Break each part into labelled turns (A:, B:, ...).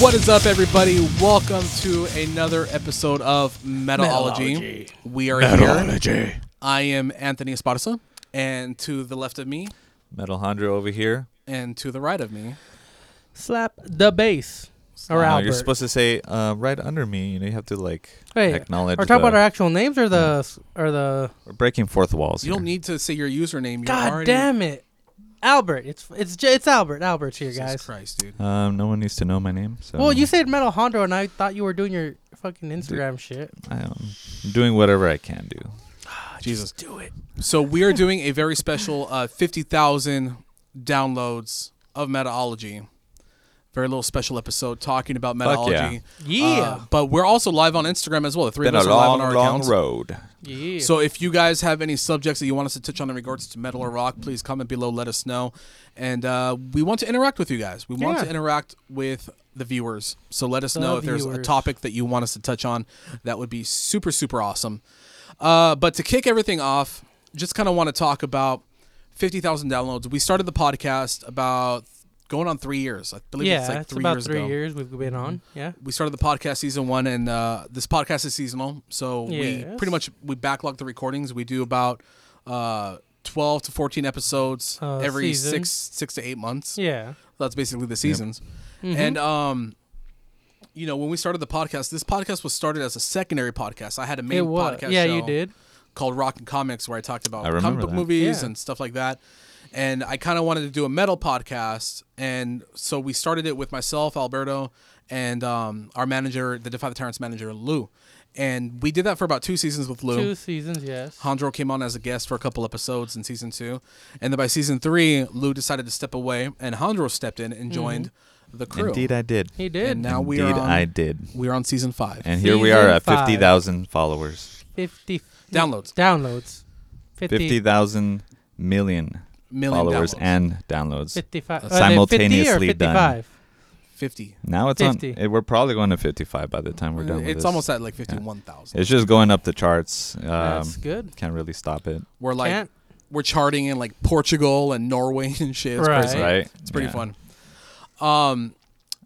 A: What is up, everybody? Welcome to another episode of Metallurgy. We are here. I am Anthony Esparza, and to the left of me,
B: Metal Hondra over here.
A: and to the right of me,
C: Slap the bass. Or
B: No,
C: Albert.
B: you're supposed to say uh, right under me. You know, you have to like
C: Wait,
B: acknowledge.
C: Or talk
B: the-
C: about our actual names or
A: Mm.
C: the s or the.
B: We're breaking fourth walls.
A: you don't
B: here.
A: need to say your username. You're
C: God
A: already,
C: damn it, Albert! It's it's J- it's Albert. Albert's here,
A: Jesus
C: guys.
A: Christ, dude.
B: Um, no one needs to know my name. So
C: Well, you said Metal Hondo, and I thought you were doing your fucking Instagram shit.
B: I am doing whatever I can do.
A: Jesus, do it. So we are doing a very special uh, fifty thousand downloads of Metallurgy. Very little special episode talking about
B: Fuck yeah.
A: Metallurgy.
C: Yeah.
A: Uh, but we're also live on Instagram as well. The three
B: Been
A: of
B: a
A: us are live on
B: long,
A: our
B: long
A: accounts.
B: road.
C: Yeah.
A: So if you guys have any subjects that you want us to touch on in regards to metal or rock, please comment below. Let us know, and uh, we want to interact with you guys. We want to
C: Yeah.
A: interact with the viewers. So let us
C: The
A: know if there's a
C: viewers.
A: topic that you want us to touch on. That would be super super awesome. Uh, but to kick everything off, just kind of want to talk about fifty thousand downloads. We started the podcast about going on three years. I believe
C: yeah,
A: it's
C: it's,
A: like three
C: about
A: years
C: three
A: ago Mm-hmm.
C: years we've been on. Yeah.
A: we started the podcast season one, and uh, this podcast is seasonal. So we
C: Yes.
A: pretty much we backlog the recordings. We do about uh, twelve to fourteen episodes
C: Uh,
A: every
C: season.
A: six six to eight months.
C: Yeah.
A: That's basically the seasons.
C: Mm-hmm.
A: And um, you know, when we started the podcast, this podcast was started as a secondary podcast. I had a main
C: It was.
A: podcast.
C: Yeah, you
A: show
C: did.
A: called Rock and Comics, where I talked about
B: I
A: comic
B: remember
A: book
B: that.
A: movies
C: Yeah.
A: and stuff like that. And I kind of wanted to do a metal podcast, and so we started it with myself, Alberto, and um, our manager, the Defy the Tyrants manager, Lou. And we did that for about two seasons with Lou.
C: Two seasons. Yes.
A: Hondro came on as a guest for a couple episodes in season two, and then by season three, Lou decided to step away, and Hondro stepped in and joined the crew.
B: Indeed, I did.
C: Mm-hmm. He did.
A: And now we
B: Indeed,
A: are on,
B: I did.
A: we are on season five.
B: And here we are
C: Season
B: at fifty thousand followers,
C: Fifty
A: Downloads.
C: Downloads. 50,
B: fifty thousand million,
A: Million
B: followers
A: downloads.
B: and downloads.
C: 55.
B: Uh,
C: Are they 50
B: simultaneously
C: or
B: done.
C: 55?
A: Fifty.
B: Now it's
C: 50.
B: on. It, we're probably going to fifty-five by the time we're done. with
A: Uh, It's
B: this.
A: almost at like fifty-one thousand.
B: It's just going up the charts. Um,
C: That's good.
B: Can't really stop it.
A: We're like
C: Can't-
A: we're charting in like Portugal and Norway and shit. It's
C: Right.
A: crazy.
B: Right.
A: It's pretty
B: Yeah.
A: fun. Um,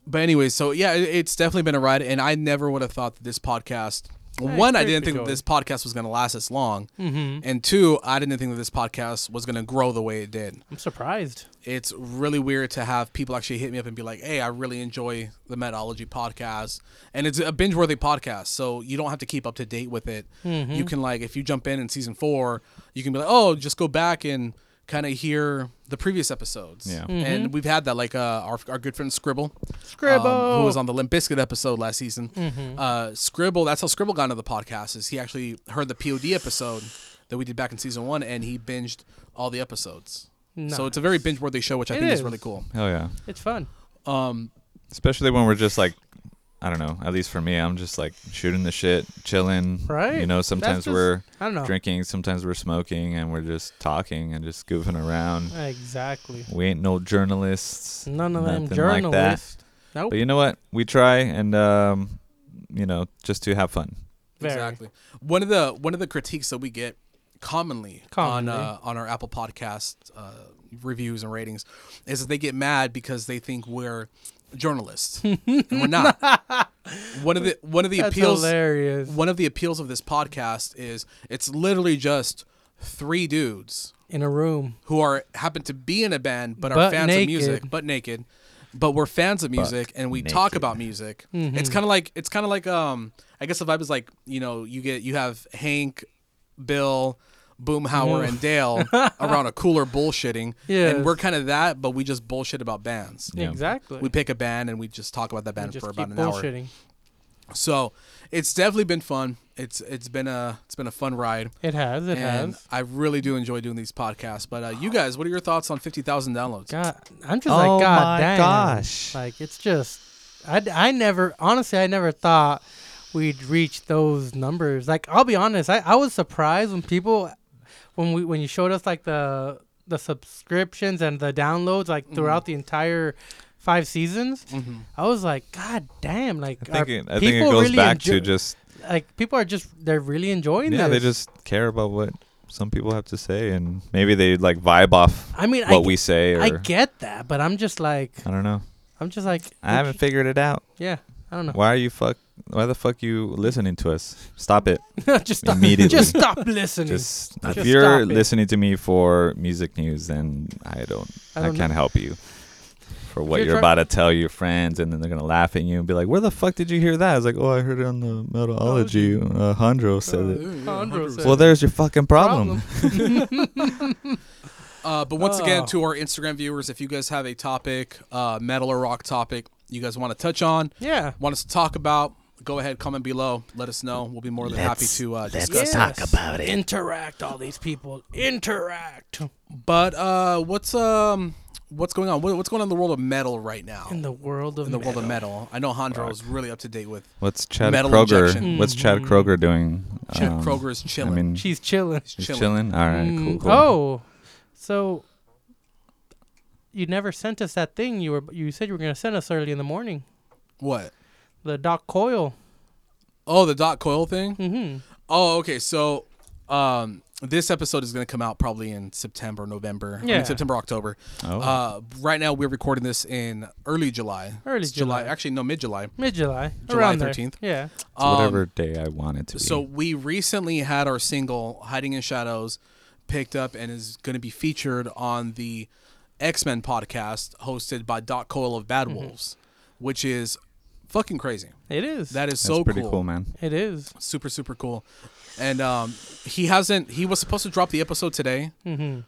A: but anyway, so yeah, it, it's definitely been a ride, and I never would have thought that this podcast. One, I
C: great
A: didn't
C: to
A: think that
C: go.
A: this podcast was going to last this long,
C: Mm-hmm.
A: and two, I didn't think that this podcast was going to grow the way it did.
C: I'm surprised.
A: It's really weird to have people actually hit me up and be like, "Hey, I really enjoy the Metology podcast, and it's a binge-worthy podcast, so you don't have to keep up to date with it. You can like, if you jump in in season four, you can be like, oh, just go back and kind of hear the previous episodes.
B: Yeah.
A: and we've had that like uh, our our good friend Scribble,
C: Scribble.
A: Um,
C: Mm-hmm.
A: who was on the Limp Bizkit episode last season. Uh, Scribble, that's how Scribble got into the podcast. Is he actually heard the POD episode that we did back in season one, and he binged all the episodes. So it's a very binge-worthy show, which I
C: It
A: think is.
C: is.
A: really cool.
B: Hell yeah.
C: It's fun.
B: Especially when we're just like I don't know. At least for me, I'm just like shooting the shit, chilling.
C: Right.
B: You know, sometimes
C: That's just-
B: we're
C: I don't know.
B: drinking, sometimes we're smoking, and we're just talking and just goofing around.
C: Exactly.
B: We ain't no journalists.
C: None of them
B: nothing like that.
C: journalists. nope.
B: But you know what? We try and um, you know, just to have fun.
C: Very.
A: Exactly. One of the one of the critiques that we get commonly,
C: Commonly.
A: on uh, on our Apple Podcast uh, reviews and ratings is that they get mad because they think we're journalists and we're not. One of the one of the
C: That's
A: appeals
C: hilarious.
A: one of the appeals of this podcast is it's literally just three dudes
C: In a room.
A: who are happen to be in a band but, are
C: But
A: fans
C: naked.
A: of music but naked but we're fans of music and we talk about music
C: Mm-hmm.
A: it's kind of like it's kind of like um i guess the vibe is like you know you get you have hank bill boomhauer and dale around a cooler bullshitting
C: Mm. Yes.
A: and we're kind of that but we just bullshit about bands
C: Exactly.
A: we pick a band and we just talk about that band
C: just
A: for
C: keep
A: about an hour
C: bullshitting.
A: so it's definitely been fun it's it's been a it's been a fun ride
C: It has. It
A: and
C: has.
A: I really do enjoy doing these podcasts, but uh, you guys, what are your thoughts on fifty thousand downloads?
C: God, I'm just
D: Oh
C: like, God
D: my
C: damn.
D: gosh.
C: Like, it's just, I, I never, honestly, I never thought we'd reach those numbers. Like, I'll be honest, I, I was surprised when people, when we, when you showed us like the, the subscriptions and the downloads,
A: Mm-hmm.
C: like throughout the entire five seasons, I was like, God damn. Like,
B: I think
C: are
B: it, I think it
C: people
B: goes
C: really
B: back
C: enjo-
B: to just
C: like, people are just, they're really enjoying
B: yeah, they
C: this.
B: just care about what some people have to say, and maybe they like vibe off.
C: I mean, I
B: what
C: g-
B: we say, or
C: I get that, but I'm just like,
B: I don't know.
C: I'm just like,
B: I haven't figured it out.
C: yeah, I don't know.
B: Why are you fuck? Why the fuck you listening to us? Stop it.
C: just stop,
B: Immediately.
C: just stop listening.
B: Just, if
C: Just
B: you're
C: stop it.
B: listening to me for music news, then I don't,
C: I
B: I,
C: don't
B: can't help you for what
C: you're
B: you're,
C: try-
B: about to tell your friends, and then they're gonna laugh at you and be like, "Where the fuck did you hear that?" I was like, "Oh, I heard it on the Metalology. Uh, Hondro said it." Well, there's your fucking problem.
A: Uh, but once
C: Oh.
A: again, to our Instagram viewers, if you guys have a topic, uh, metal or rock topic, you guys want to touch on,
C: Yeah.
A: want us to talk about, go ahead, comment below, let us know. We'll be more than happy to uh, discuss.
D: Let's talk about it.
C: Interact, all these people. Interact.
A: But uh, what's um, what's going on? What, what's going on in the world of metal right now?
C: In the world of
A: In the world of metal, I know Hondro is really up to date with.
B: What's Chad
A: Metal
B: Kroger?
A: injection.
B: What's Chad Kroger doing?
A: Chad
B: Um,
A: Kroger is
B: I
A: chilling.
B: mean, he's
C: She's chilling.
A: He's chilling.
B: chilling. All right, cool.
C: Mm,
B: cool.
C: Oh, so you never sent us that thing you were you said you were gonna send us early in the morning.
A: What?
C: The Doc Coil.
A: Oh, the dot coil thing. Mm-hmm. Oh, okay. So, um, this episode is going to come out probably in September, November, I mean,
C: Yeah.
A: September, October.
B: Oh.
A: Uh, right now we're recording this in early July.
C: Early
A: It's
C: July.
A: Actually, no, mid July.
C: Mid July.
A: July
C: around there.
A: 13th.
C: Yeah.
B: It's whatever day I want it to be.
A: So we recently had our single "Hiding in Shadows" picked up and is going to be featured on the X Men podcast hosted by Dot Coil of
C: Mm-hmm.
A: Bad Wolves, which is fucking crazy.
C: It is.
A: That is
B: that's
A: so
B: pretty cool. man.
C: it is.
A: super super cool and um he hasn't he was supposed to drop the episode today mm-hmm.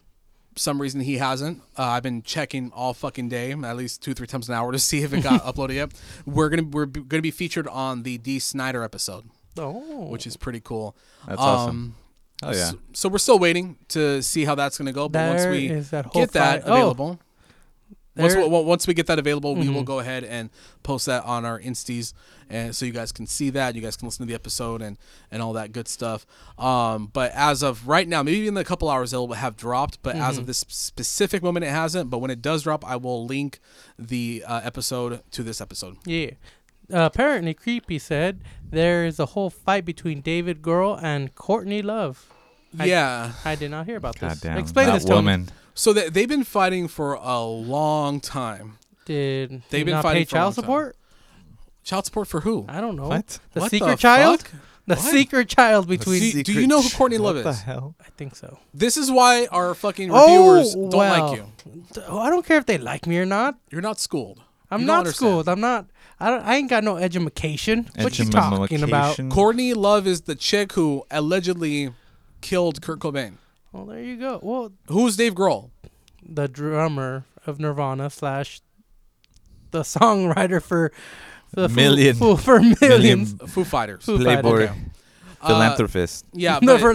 A: some reason he hasn't uh, i've been checking all fucking day at least two three times an hour to see if it got uploaded yet we're gonna we're b- gonna be featured on the d snyder episode
C: Oh.
A: which is pretty cool Um,
B: That's awesome. Oh yeah.
A: so, so we're still waiting to see how that's gonna go but once
C: There
A: we
C: is that whole
A: get that
C: fi- oh.
A: available once,
C: There- Mm-hmm.
A: we, well, once we get that available, we will go ahead and post that on our insties, and so you guys can see that, you guys can listen to the episode and and all that good stuff. Um, but as of right now, maybe in a couple hours it'll have dropped, but
C: Mm-hmm.
A: as of this specific moment, it hasn't. But when it does drop, I will link the uh, episode to this episode.
C: Yeah. Uh, apparently, Creepy said there is a whole fight between David Girl and Courtney Love. I-
A: yeah.
C: I did not hear about
B: God
C: this.
B: damn.
C: Explain
B: that
C: this to me.
B: woman.
A: So they, they've been fighting for a long time.
C: Did
A: They've
C: he
A: been
C: not
A: fighting
C: pay
A: for a long
C: child
A: time.
C: support?
A: Child support for who?
C: I don't know.
B: What?
C: The
A: What the
C: secret child?
A: fuck?
C: The
A: What?
C: secret child
A: Do,
C: between.
A: you- do you know who Courtney Love is?
B: What the hell?
C: I think so.
A: This is why our fucking
C: Oh,
A: reviewers don't
C: well.
A: like you.
C: D- oh, I don't care if they like me or not.
A: You're not schooled.
C: I'm
A: You don't
C: not
A: understand.
C: schooled. I'm not. I don't. I ain't got no education. What you talking about?
B: Edumacation.
A: Courtney Love is the chick who allegedly killed Kurt Cobain.
C: Well, there you go. Well,
A: Who's Dave Grohl?
C: the drummer of Nirvana slash the songwriter for the Foo-
B: Million.
C: Foo- for millions.
A: Foo Fighters.
C: Foo Fighters.
B: Playboy.
C: Okay.
B: Philanthropist.
A: Yeah,
C: No,
A: but
C: for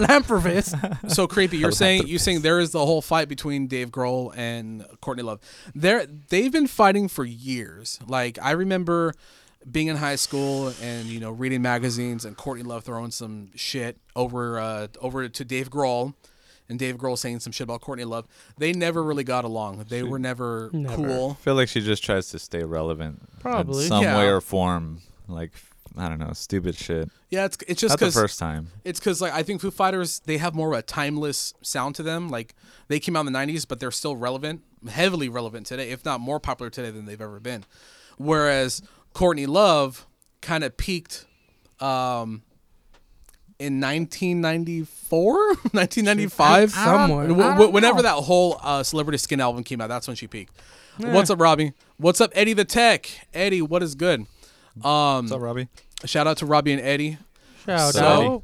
C: Lampervis.
A: so creepy. You're saying you saying there is the whole fight between Dave Grohl and Courtney Love. There, they've been fighting for years. Like I remember being in high school and you know reading magazines and Courtney Love throwing some shit over uh, over to Dave Grohl and Dave Grohl saying some shit about Courtney Love. They never really got along. They were never, cool.
B: I feel like she just tries to stay relevant,
C: Probably.
B: in some
A: Yeah.
B: way or form. Like I don't know, stupid shit.
A: Yeah, it's it's just
B: Not the
A: because
B: first time.
A: It's because like I think Foo Fighters they have more of a timeless sound to them. Like they came out in the '90s, but they're still relevant, heavily relevant today, if not more popular today than they've ever been. Whereas Courtney Love kind of peaked um, in 1994, 1995,
C: I don't- Somewhere. I
A: Wh-
C: don't
A: wh- whenever that whole uh, Celebrity Skin album came out, that's when she peaked. What's up, Robbie? What's up, Eddie the Tech? Eddie, what is good? um,
B: What's up, Robbie?
A: Shout out to Robbie and Eddie.
C: Shout
B: So-
C: out.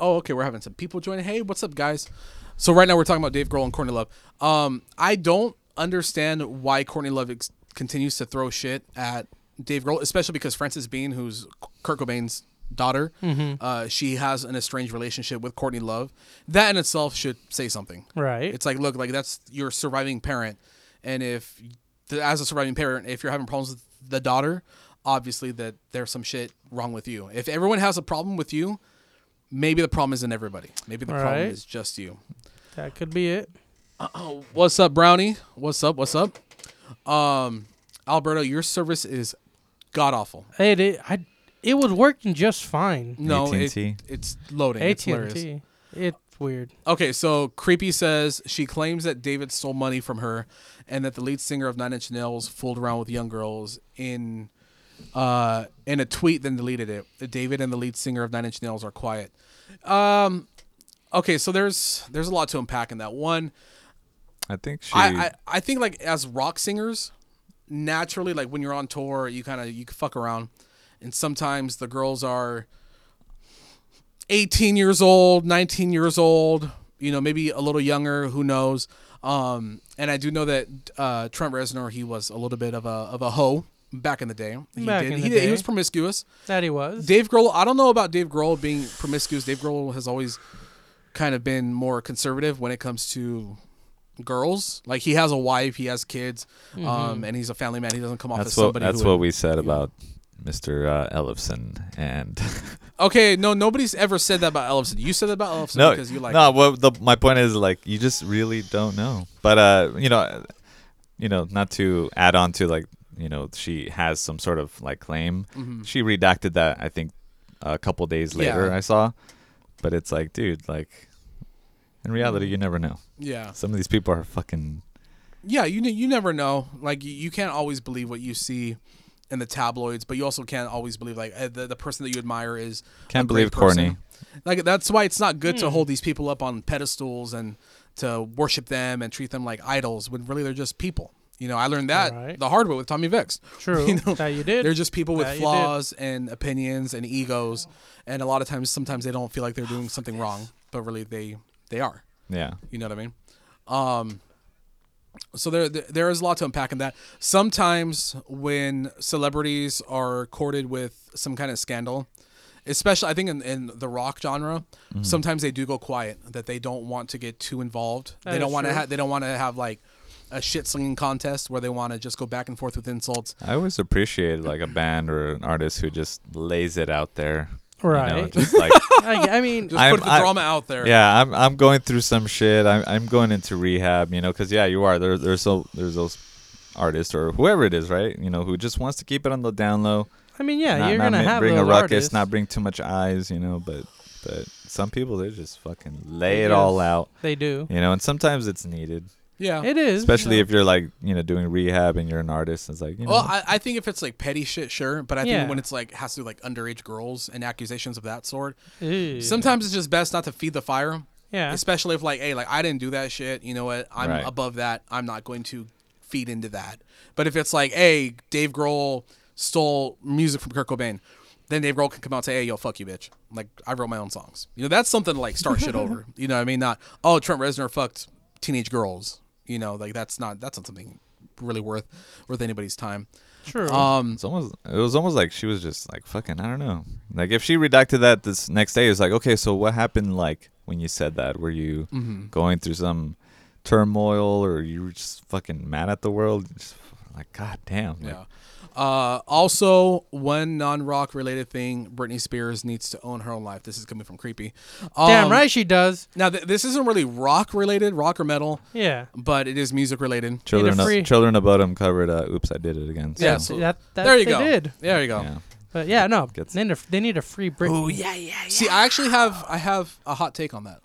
A: Oh, okay. We're having some people join. Hey, what's up, guys? So right now we're talking about Dave Grohl and Courtney Love. Um, I don't understand why Courtney Love ex- continues to throw shit at Dave Grohl, especially because Frances Bean, who's Kurt Cobain's daughter, uh, she has an estranged relationship with Courtney Love. That in itself should say something,
C: Right.
A: It's like, look, like that's your surviving parent, and if th- as a surviving parent, if you're having problems with the daughter, obviously that there's some shit wrong with you. If everyone has a problem with you, maybe the problem isn't everybody. Maybe the problem
C: Right.
A: is just you.
C: That could be it.
A: What's up, Brownie? What's up? What's up? Um, Alberto, your service is god awful.
C: It it, I, it was working just fine.
A: No, it,
B: AT&T.
A: it's loading. It's
C: AT and
A: hilarious.
C: T. It's weird.
A: Okay, so Creepy says she claims that David stole money from her and that the lead singer of Nine Inch Nails fooled around with young girls in uh, in a tweet, then deleted it. David and the lead singer of Nine Inch Nails are quiet. Um, okay, so there's there's a lot to unpack in that one.
B: I think she.
A: I, I I think like as rock singers, naturally like when you're on tour, you kind of you fuck around, and sometimes the girls are 18 years old, 19 years old, you know, maybe a little younger, who knows. Um, and I do know that uh, Trent Reznor, he was a little bit of a of a hoe back in the day. He
C: Back
A: did.
C: in
A: he,
C: the
A: did- he
C: day.
A: was promiscuous.
C: That he was.
A: Dave Grohl, I don't know about Dave Grohl being promiscuous. Dave Grohl has always kind of been more conservative when it comes to girls. Like he has a wife, he has kids, um, and he's a family man. He doesn't come off as
B: Mm-hmm. that's what.
A: somebody.
B: That's
A: who
B: what we said about Mr. Uh, Ellefson and.
A: Okay, no, nobody's ever said that about Ellison. You said that about Ellison
B: no,
A: because you like.
B: no. What the, my point is like you just really don't know. But uh, you know, you know, not to add on to like you know she has some sort of like claim. She redacted that I think a couple days later
A: Mm-hmm. Yeah.
B: I saw, but it's like dude, like in reality you never know.
A: Yeah,
B: Some of these people are fucking.
A: yeah. You ne- you never know. Like you, you can't always believe what you see in the tabloids, but you also can't always believe like eh, the, the person that you admire is.
B: Can't
A: a great
B: believe Courtney.
A: person. Like that's why it's not good
C: Hmm.
A: to hold these people up on pedestals and to worship them and treat them like idols when really they're just people. You know, I learned that
C: Right.
A: the hard way with Tommy Vicks.
C: True. that you did.
A: They're just people with
C: That you did.
A: flaws and opinions and egos, and a lot of times, sometimes they don't feel like they're doing something wrong, but really they they are.
B: Yeah.
A: You know what I mean? Um, so there, there there is a lot to unpack in that. Sometimes when celebrities are courted with some kind of scandal, especially I think in, in the rock genre, sometimes they do go quiet that they don't want to get too involved. they
C: is
A: don't want to
C: true.
A: have they don't want to have like a shit slinging contest where they want to just go back and forth with insults.
B: I always appreciate like a band or an artist who just lays it out there. you know,
C: Right.
B: just like
C: I, I mean,
A: Just
B: I'm-
A: put the
B: I-
A: drama out there.
B: Yeah, I'm I'm going through some shit. I'm I'm going into rehab, you know, because yeah, you are there. There's so there's those artists or whoever it is, right? You know, who just wants to keep it on the down low.
C: I mean, yeah,
B: not,
C: you're
B: not
C: gonna
B: ma-
C: have
B: bring a
C: those
B: ruckus,
C: artists.
B: not bring too much eyes, you know. But but some people they just fucking lay
C: They
B: it all
C: just-
B: out,
C: They do.
B: you know. And sometimes it's needed,
A: yeah.
C: It is.
B: especially if you're like you know doing rehab and you're an artist. It's like you know,
A: Well, I, I think if it's like petty shit, sure, but I
C: Yeah.
A: think when it's like has to do like underage girls and accusations of that sort,
C: Ew.
A: sometimes it's just best not to feed the fire.
C: Yeah.
A: Especially if like, hey, like I didn't do that shit. You know what? I'm
B: Right.
A: above that. I'm not going to feed into that. But if it's like, hey, Dave Grohl stole music from Kurt Cobain, then Dave Grohl can come out and say, hey, yo, fuck you, bitch. Like I wrote my own songs. You know, that's something to like start shit over. You know what I mean? Not oh, Trent Reznor fucked teenage girls. You know, like that's not that's not something really worth worth anybody's time.
C: True.
A: Um,
B: It's almost it was almost like she was just like fucking I don't know. Like if she redacted that this next day it's like okay, so what happened like when you said that? Were you
A: Mm-hmm.
B: going through some turmoil or you were just fucking mad at the world? Just, Like, god damn. Like,
A: Yeah. Uh, also, one non-rock related thing: Britney Spears needs to own her own life. This is coming from creepy.
C: Damn
A: Um,
C: right she does.
A: Now, th- this isn't really rock related, rock or metal,
C: Yeah.
A: but it is music related.
B: Children,
C: free-
B: of, Children of Bodom covered. Uh, Oops, I did it again. So,
A: Yeah, so
C: That, that
A: there you
C: they
A: go.
C: did.
A: There you go.
B: yeah.
C: But yeah, no.
B: Gets-
C: They need a, they need a free Britney.
A: See, I actually have I have a hot take on that.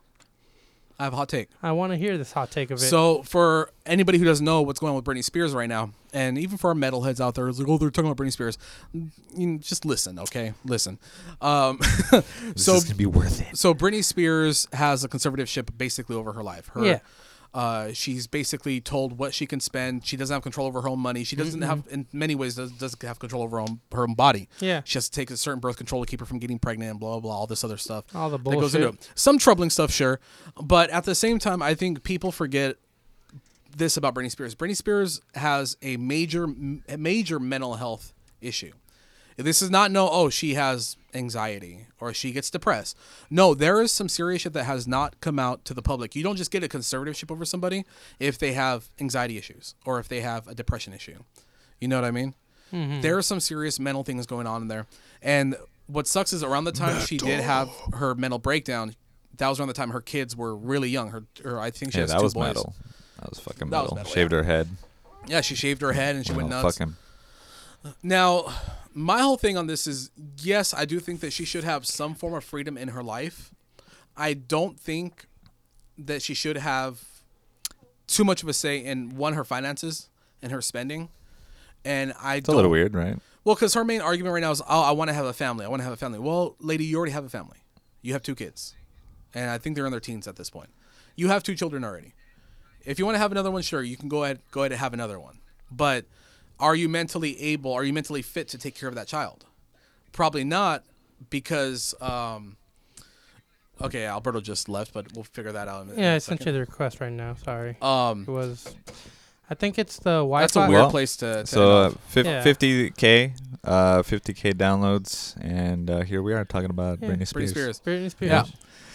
A: I have a hot take.
C: I want to hear this hot take of it.
A: So for anybody who doesn't know what's going on with Britney Spears right now, and even for our metalheads out there, it's like, oh, they're talking about Britney Spears. Mm, You know, just listen, okay? Listen. Um,
B: This
A: so
B: is gonna be worth it.
A: so Britney Spears has a conservative ship basically over her life. Her,
C: Yeah.
A: uh, she's basically told what she can spend. She doesn't have control over her own money. She
C: Mm-hmm.
A: doesn't have, in many ways, does, doesn't have control over her own, her own body.
C: Yeah.
A: She has to take a certain birth control to keep her from getting pregnant and blah, blah, blah, all this other stuff.
C: All the
A: that goes into
C: bullshit.
A: it. Some troubling stuff, sure. But at the same time, I think people forget this about Britney Spears. Britney Spears has a major, m- a major mental health issue. This is not no. Oh, she has anxiety or she gets depressed. No, there is some serious shit that has not come out to the public. You don't just get a conservatorship over somebody if they have anxiety issues or if they have a depression issue. You know what I mean?
B: Hmm.
A: There are some serious mental things going on in there. And what sucks is around the time she did have her mental breakdown. That was around the time her kids were really young. Her, her I think she
B: Yeah,
A: has
B: that
A: two
B: was
A: boys.
B: metal. That was fucking
A: That was
B: metal.
A: metal,
B: Shaved her head.
A: Yeah, she shaved her head and she went
B: Well,
A: nuts.
B: fucking-
A: Now, my whole thing on this is yes, I do think that she should have some form of freedom in her life. I don't think that she should have too much of a say in one her finances and her spending. And I
B: It's a little weird, right?
A: Well, because her main argument right now is, oh, I want to have a family. I want to have a family. Well, lady, you already have a family. You have two kids, and I think they're in their teens at this point. You have two children already. If you want to have another one, sure, you can go ahead, go ahead and have another one. But are you mentally able? Are you mentally fit to take care of that child? Probably not, because um, okay, Alberto just left, but we'll figure that out. In, in
C: yeah,
A: a
C: I sent
A: second.
C: you the request right now. Sorry. Um, it was. I think it's the Wi-Fi.
A: That's a weird
B: Well,
A: place to. to
B: So uh,
A: end off.
B: fif-
C: Yeah.
B: 50k, uh, 50k downloads, and uh, here we are talking about Britney
A: Britney
B: Spears.
A: Spears.
C: Britney Spears.
A: Yeah.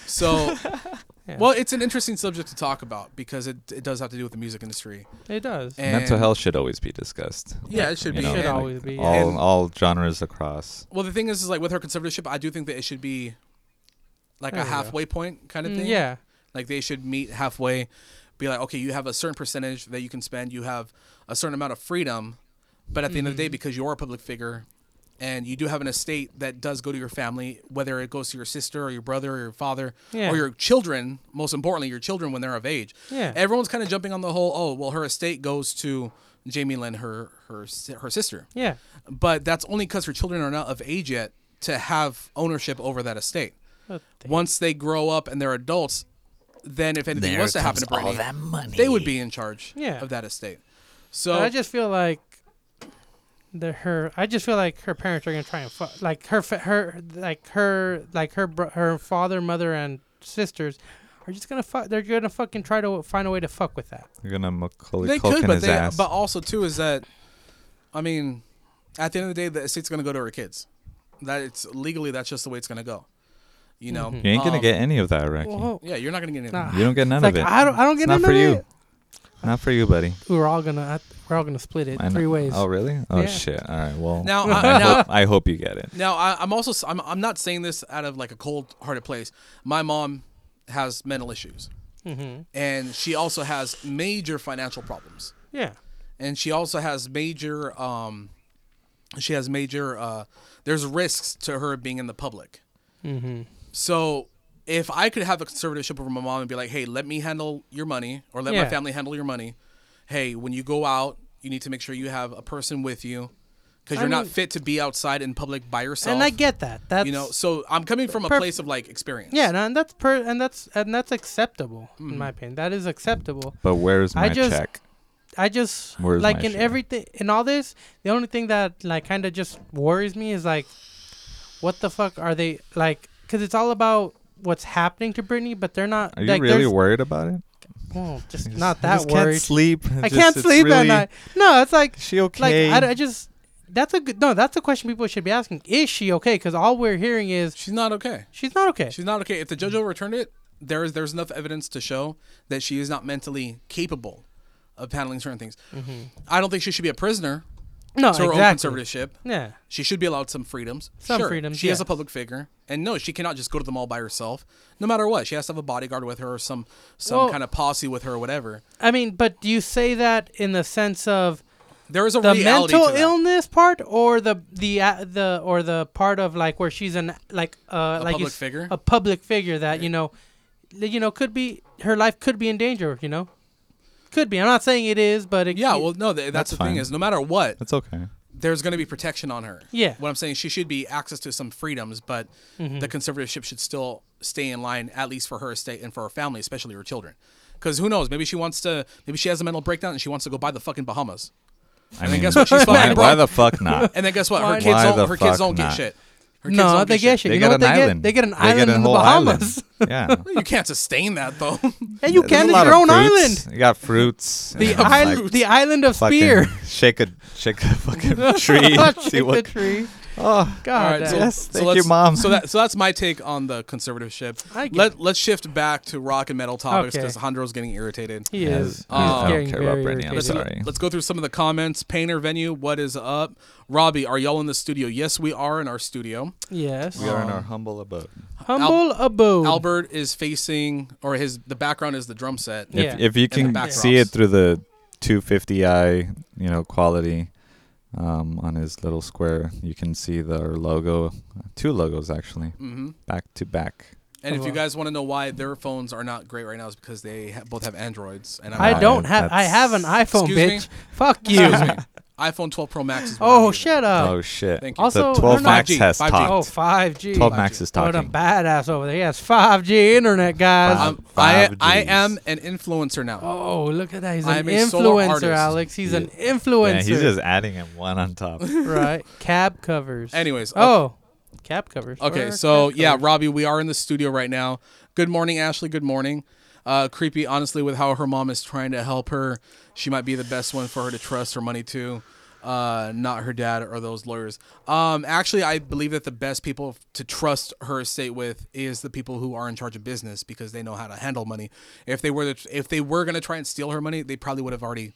A: So, well, it's an interesting subject to talk about because it, it does have to do with the music industry.
C: It does.
A: And
B: Mental health should always be discussed.
A: Yeah, it should
B: You
A: be.
B: know,
C: Should
A: And-
C: always be, yeah.
B: all
A: And-
B: all genres across.
A: well, the thing is, is like with her conservatorship, I do think that it should be like
C: There
A: a
C: we go.
A: halfway point kind of
C: Mm,
A: thing.
C: yeah.
A: Like they should meet halfway, be like, okay, you have a certain percentage that you can spend, you have a certain amount of freedom, but at the end of the
C: Mm-hmm.
A: day, because you are a public figure and you do have an estate that does go to your family, whether it goes to your sister or your brother or your father
C: Yeah.
A: or your children, most importantly, your children when they're of age.
C: Yeah.
A: Everyone's kind of jumping on the whole, oh, well, her estate goes to Jamie Lynn, her her si- her sister
C: Yeah.
A: but that's only because her children are not of age yet to have ownership over that estate.
C: Oh,
A: Once they grow up and they're adults, then if anything was to happen to Britney, they would be in charge
C: Yeah.
A: of that estate. So
C: But I just feel like the her. I just feel like her parents are gonna try and fuck. Like her, fa- her, like her, like her, bro- her father, mother, and sisters are just gonna fuck. They're gonna fucking try to find a way to fuck with that.
B: You're gonna Macaulay
A: they
B: Culkin
A: could, but
B: his
A: they,
B: ass.
A: but also too is that, I mean, at the end of the day, the estate's going to go to her kids. That it's legally that's just the way it's going to go. You know,
B: you ain't gonna
A: Um,
B: get any of that, Rocky.
C: Whoa.
A: Yeah, you're not going to get anything.
C: Nah.
B: You don't get none
C: It's like
B: of it.
C: I don't. I don't
B: It's
C: get
B: not
C: none
B: for
C: of
B: you.
C: it.
B: Not for you, buddy.
C: We're all gonna. We're all gonna split it
B: I know.
C: three ways.
B: Oh really? Oh
C: Yeah.
B: shit. All right. Well,
A: Now,
B: I,
A: I- now-
B: hope, I hope you get it.
A: Now, I, I'm also I'm, I'm not saying this out of like a cold-hearted place. My mom has mental issues,
C: Mm-hmm.
A: and she also has major financial problems,
C: Yeah.
A: and she also has major um, she has major uh, there's risks to her being in the public.
C: Mm-hmm.
A: So if I could have a conservatorship over my mom and be like, hey, let me handle your money or let my
C: Yeah.
A: family handle your money. Hey, when you go out, you need to make sure you have a person with you because
C: I
A: you're not
C: mean-
A: fit to be outside in public by yourself
C: And I get that. That's
A: you know so i'm coming from a
C: Perf-
A: place of like experience
C: Yeah, no, and that's per and that's and that's acceptable in my opinion. That is acceptable.
B: But where's my
C: I just-
B: Hmm. check?
C: I just
B: Where's
C: like
B: my
C: in
B: share?
C: everything in all this, the only thing that like kind of just worries me is like, what the fuck are they like? Because it's all about what's happening to Britney, but they're not.
B: Are you
C: like,
B: really
C: there's-
B: worried about it?
C: Well, just not
B: I
C: that
B: just
C: worried.
B: can't sleep.
C: I
B: Just-
C: can't
B: it's
C: sleep at
B: really-
C: night. No, it's like
B: She okay?
C: Like I, I just that's a good no. That's a question people should be asking. Is she okay? Because all we're hearing is
A: she's not okay
C: she's not okay.
A: she's not okay if the judge overturned it there is there's enough evidence to show that she is not mentally capable of handling certain things. I don't think she should be a prisoner
C: No,
A: to her
C: Mm-hmm. Oh, exactly.
A: own conservatorship.
C: Yeah.
A: She should be allowed some freedoms.
C: Some
A: sure.
C: freedoms,
A: She is
C: yeah.
A: a public figure, and no, she cannot just go to the mall by herself. No matter what, she has to have a bodyguard with her or some some
C: Well-
A: kind of posse with her or whatever.
C: I mean, but do you say that in the sense of
A: There is a
C: the
A: reality
C: mental
A: to that.
C: illness part, or the the uh, the or the part of like where she's an like uh like
A: public
C: you s-
A: figure?
C: a public figure that you know, li- you know could be her life could be in danger. You know, could be. I'm not saying it is, but it,
A: Yeah,
C: it-
A: well, no, th- that's,
B: That's
A: the thing
B: fine.
A: is, no matter what,
B: That's okay.
A: there's going to be protection on her.
C: Yeah.
A: What I'm saying, she should be access to some freedoms, but the conservatorship should still stay in line, at least for her estate and for her family, especially her children. Because who knows? Maybe she wants to. Maybe she has a mental breakdown and she wants to go buy the fucking Bahamas.
B: I mean,
A: guess what? She's
B: why,
A: fucking
B: why
A: broke.
B: the fuck not?
A: And then guess what? Her
C: Why
A: kids
B: not? Why
A: don't.
B: the
A: Her kids
B: fuck
A: don't get
B: not?
A: shit. Her kids
C: no,
A: don't
C: they get shit.
B: They
C: you know
B: get
C: what
B: an
C: they
B: island.
C: get? They get an
B: They
C: island
B: a
C: in the
B: whole
C: Bahamas.
B: Island. Yeah.
A: You can't sustain that though.
C: and you
B: There's
C: can
B: a
C: in
B: lot
C: your
B: of
C: own
B: fruits.
C: island.
B: You got fruits.
C: The
B: and, like,
C: island, the island of
B: fucking
C: spear.
B: Shake a shake a fucking tree. see
C: Shake
B: what.
C: the tree.
B: Oh,
C: God,
A: All right, so,
C: damn.
B: Yes,
A: so
B: thank you,
A: let's-
B: Mom.
A: So that so that's my take on the conservatorship.
C: I get
A: Let let's shift back to rock and metal topics
C: Okay.
A: because Alejandro's getting irritated.
C: he
B: Yes.
C: is.
B: I don't- I
C: getting
B: don't care about
C: very
B: Brittany. I'm
C: irritated.
B: sorry.
A: Let's go through some of the comments. Painter venue, what is up? Robbie, are y'all in the studio? Yes, we are in our studio.
C: Yes.
B: We are in our humble abode.
C: Humble abode.
A: Albert is facing, or his the background is the drum set.
C: Yeah.
B: If, if you
A: the
B: can
A: backdrops.
B: see it through the 250i, you know, quality um, on his little square, you can see the logo, two logos actually, mm-hmm. back to back.
A: And if you guys want to know why their phones are not great right now, is because they ha- both have androids. And
C: I
B: Uh,
C: don't have. I
B: that's-
C: have an iPhone,
A: Excuse
C: bitch.
A: me?
C: Fuck you.
A: iPhone 12 Pro Max is. what I
C: Oh,
A: need.
C: shut up.
B: oh shit!
A: Thank you.
C: Also,
B: the 12
C: they're not-
B: Max
A: 5G,
B: has
A: 5G.
B: talked.
C: oh, 5G.
B: 12 Max is
C: What a
B: talking.
C: badass over there. He has 5G internet, guys.
B: Five.
A: I'm, I,
B: Five
A: Um, I
B: Gs.
A: am an influencer now.
C: Oh, look at that. He's
A: I
C: an
A: am a solo
C: influencer,
A: artist.
C: Alex. He's an influencer.
B: yeah, he's just adding him one on top.
C: right. Cab covers.
A: Anyways, okay.
C: Oh, cab covers.
A: Okay,
C: Or
A: so
C: cab
A: yeah,
C: covers.
A: Robbie, we are in the studio right now. Good morning, Ashley. Good morning. Uh, creepy, honestly, with how her mom is trying to help her. She might be the best one for her to trust her money to, uh, not her dad or those lawyers. Um, actually, I believe that the best people to trust her estate with is the people who are in charge of business because they know how to handle money. If they were to, if they were gonna try and steal her money, they probably would have already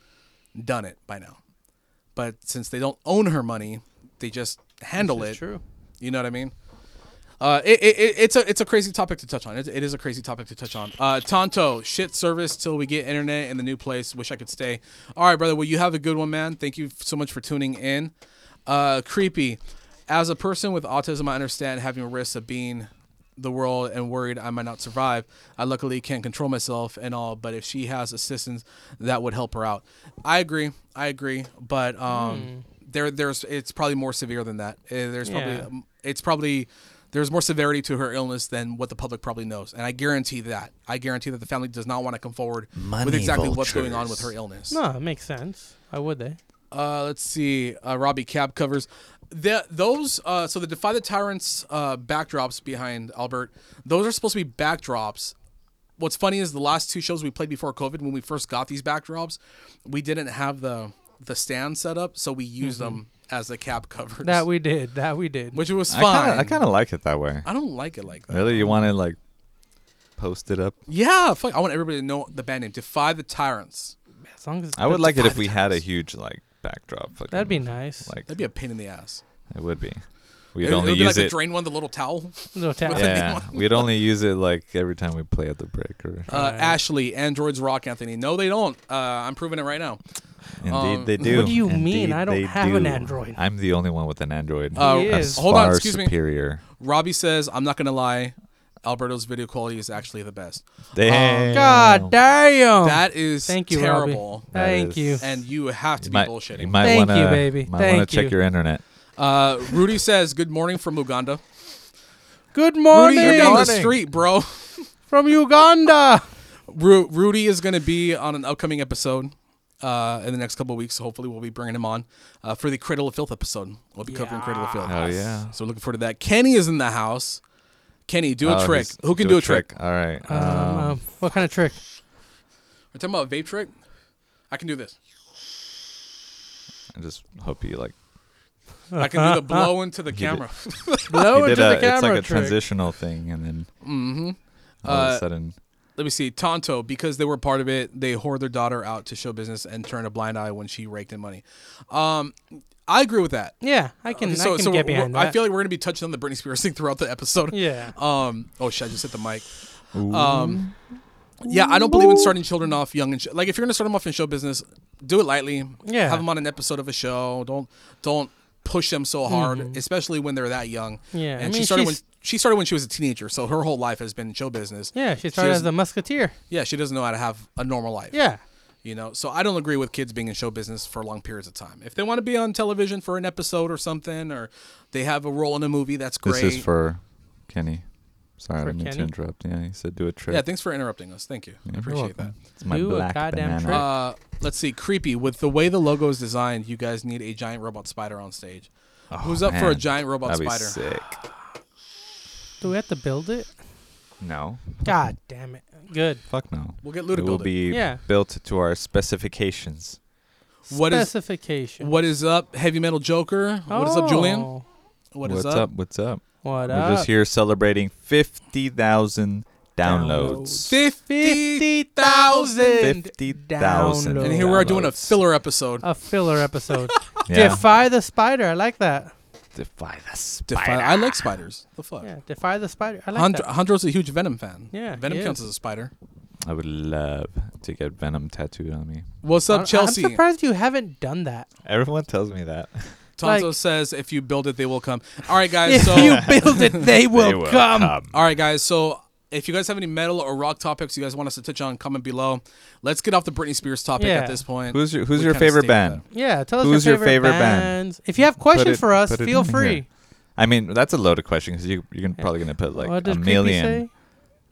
A: done it by now. But since they don't own her money, they just handle
C: This
A: it.
C: is true.
A: You know what I mean? Uh, it, it, it- it's a it's a crazy topic to touch on. It, it is a crazy topic to touch on. Uh, Tonto, shit service till we get internet in the new place. Wish I could stay. All right, brother. Well, you have a good one, man. Thank you so much for tuning in. Uh, creepy. As a person with autism, I understand having risks of being the world and worried I might not survive. I luckily can't control myself and all, but if she has assistance, that would help her out. I agree. I agree, but um, there there's it's probably more severe than that. Uh, There's probably
C: Yeah.
A: um, it's probably there's more severity to her illness than what the public probably knows, and I guarantee that. I guarantee that the family does not want to come forward with exactly what's going on with her illness.
C: No, it makes sense. Why would they?
A: Uh, let's see. Uh, Robbie Cab covers. The, those uh, so the Defy the Tyrants uh, backdrops behind Albert. Those are supposed to be backdrops. What's funny is the last two shows we played before COVID, when we first got these backdrops, we didn't have the the stand set up, so we used them as the cab covers.
C: That we did. That we did.
A: which was
B: Mm-hmm. I
A: fine.
B: kinda- I kind of like it that way.
A: I don't like it like that.
B: Really, you want to like post it up?
A: Yeah, fuck. I want everybody to know the band name Defy the Tyrants.
C: as long as
B: I would like it if
A: five
B: we had a huge like backdrop.
C: That'd be
B: fucking,
C: nice.
B: Like
A: That'd be a pain in the ass.
B: it would be. We'd
A: it,
B: only
A: would be like
B: use
A: the
B: it.
A: drain one, the little towel.
C: Little tap.
B: Yeah, we'd only use it like every time we play at the break. Or
A: Uh, Ashley, androids rock Anthony. No, they don't. Uh, I'm proving it right now.
B: indeed,
A: um,
B: they do.
C: What do you
B: Indeed
C: mean? I don't
B: they
C: have an
B: do.
C: Android.
B: I'm the only one with an Android.
A: Uh,
C: He
B: That's
C: is.
A: Hold on,
B: far
A: excuse me.
B: superior.
A: Robbie says, I'm not going to lie. Alberto's video quality is actually the best.
B: Damn.
C: God damn.
A: That is
C: Oh, Thank you, Robbie.
A: terrible.
B: That
C: Thank
B: is-
C: you.
A: And you have to
B: You
A: be
B: might, you
A: bullshitting.
B: might
C: Thank
B: wanna,
C: you, baby.
B: Might
C: Thank
B: wanna check
C: you.
B: your internet.
A: Uh, Rudy says, Good morning from Uganda.
C: Good
A: Rudy,
C: morning,
A: you're down the street, bro.
C: from Uganda.
A: Ru- Rudy is going to be on an upcoming episode uh, in the next couple of weeks. Hopefully, we'll be bringing him on uh, for the Cradle of Filth episode. We'll be covering Cradle of Filth.
B: Oh yeah.
A: So, we're looking forward to that. Kenny is in the house. Kenny, do a
B: Oh,
A: trick.
B: he's-
A: Who can do, a trick?
B: All right.
C: Um,
B: um,
C: um, what kind of trick?
A: We're talking about a vape trick. I can do this.
B: I just hope you like.
A: I can do the blow into the camera.
C: Blow
B: he
C: into
B: did
C: Oh, the
B: a,
C: camera
B: it's like a
C: trick.
B: transitional thing, and then all of
A: Mm-hmm. Uh,
B: a sudden
A: let me see, Tonto, because they were part of it, they whore their daughter out to show business and turn a blind eye when she raked in money. Um, I agree with that.
C: Yeah, I can. I
A: So,
C: can
A: so
C: get
A: we're- we're-
C: behind that.
A: I feel like we're gonna be touching on the Britney Spears thing throughout the episode.
C: Yeah.
A: Um. Oh shit! I just hit the mic. Um. Yeah, I don't believe in starting children off young and sh- like if you're gonna start them off in show business, do it lightly.
C: Yeah.
A: Have them on an episode of a show. Don't don't push them so hard, especially when they're that young.
C: Mm-hmm. Yeah, I
A: And she
C: mean,
A: started when
C: she's-
A: she started when she was a teenager, so her whole life has been show business.
C: yeah, she started as
A: doesn't-
C: a musketeer.
A: yeah, she doesn't know how to have a normal life.
C: Yeah.
A: You know, so I don't agree with kids being in show business for long periods of time. If they want to be on television for an episode or something, or they have a role in a movie, that's great.
B: This is for Kenny. Sorry, I
C: For
B: didn't mean to
C: Kenny?
B: interrupt. Yeah, he said do a trip.
A: yeah, thanks for interrupting us. Thank you. I appreciate that.
B: It's my
C: Do a
B: black banana.
C: goddamn trip.
A: Uh, let's see. Creepy. With the way the logo is designed, you guys need a giant robot spider on stage. Who's up for a
B: Oh, man,
A: giant robot
B: That'd be
A: spider?
B: sick.
C: Do we have to build it?
B: No,
C: God damn it. Good.
B: fuck no.
A: We'll get Lou to
B: It will
A: build it.
B: be
C: Yeah.
B: built to our specifications.
A: What is
C: Specification.
A: what is up, Heavy Metal Joker? What is up, Julian?
C: Oh.
B: What's up? What's up?
C: What
B: We're
C: up?
B: just here celebrating 50,000 downloads.
A: Fifty thousand.
B: 50,000.
C: downloads.
A: And here we are doing a
B: downloads.
A: filler episode.
C: A filler episode.
B: Yeah.
C: Defy the spider. I like that.
B: Defy the
A: Defy-
B: spider.
A: I like spiders. The fuck.
C: Yeah. Defy the spider. I like
A: Hunt-
C: that.
A: Huntro's a huge Venom fan.
C: Yeah,
A: Venom
C: he
A: counts
C: is.
A: as a spider.
B: I would love to get Venom tattooed on me.
A: What's up,
C: I-
A: Chelsea?
C: I'm surprised you haven't done that.
B: Everyone tells me that.
A: Tonto
C: like-
A: says, "If you build it, they will come." All right, guys.
C: If
A: so
C: you build it, they will, come.
A: All right, guys. So if you guys have any metal or rock topics you guys want us to touch on, comment below. Let's get off the Britney Spears topic
C: Yeah.
A: at this point.
B: Who's your,
A: We
B: who's your
A: kinda
B: favorite
A: stayed with
B: band?
C: Yeah, tell us
B: Who's
C: your
B: your
C: favorite,
B: favorite band?
C: bands. If you have
B: Put
C: questions
B: it-
C: for us,
B: put it
C: feel
B: in here.
C: free.
B: I mean, that's a loaded question because you, you're gonna- probably going to put
C: what
B: like
C: did
B: a
C: Creepy
B: million.
C: say?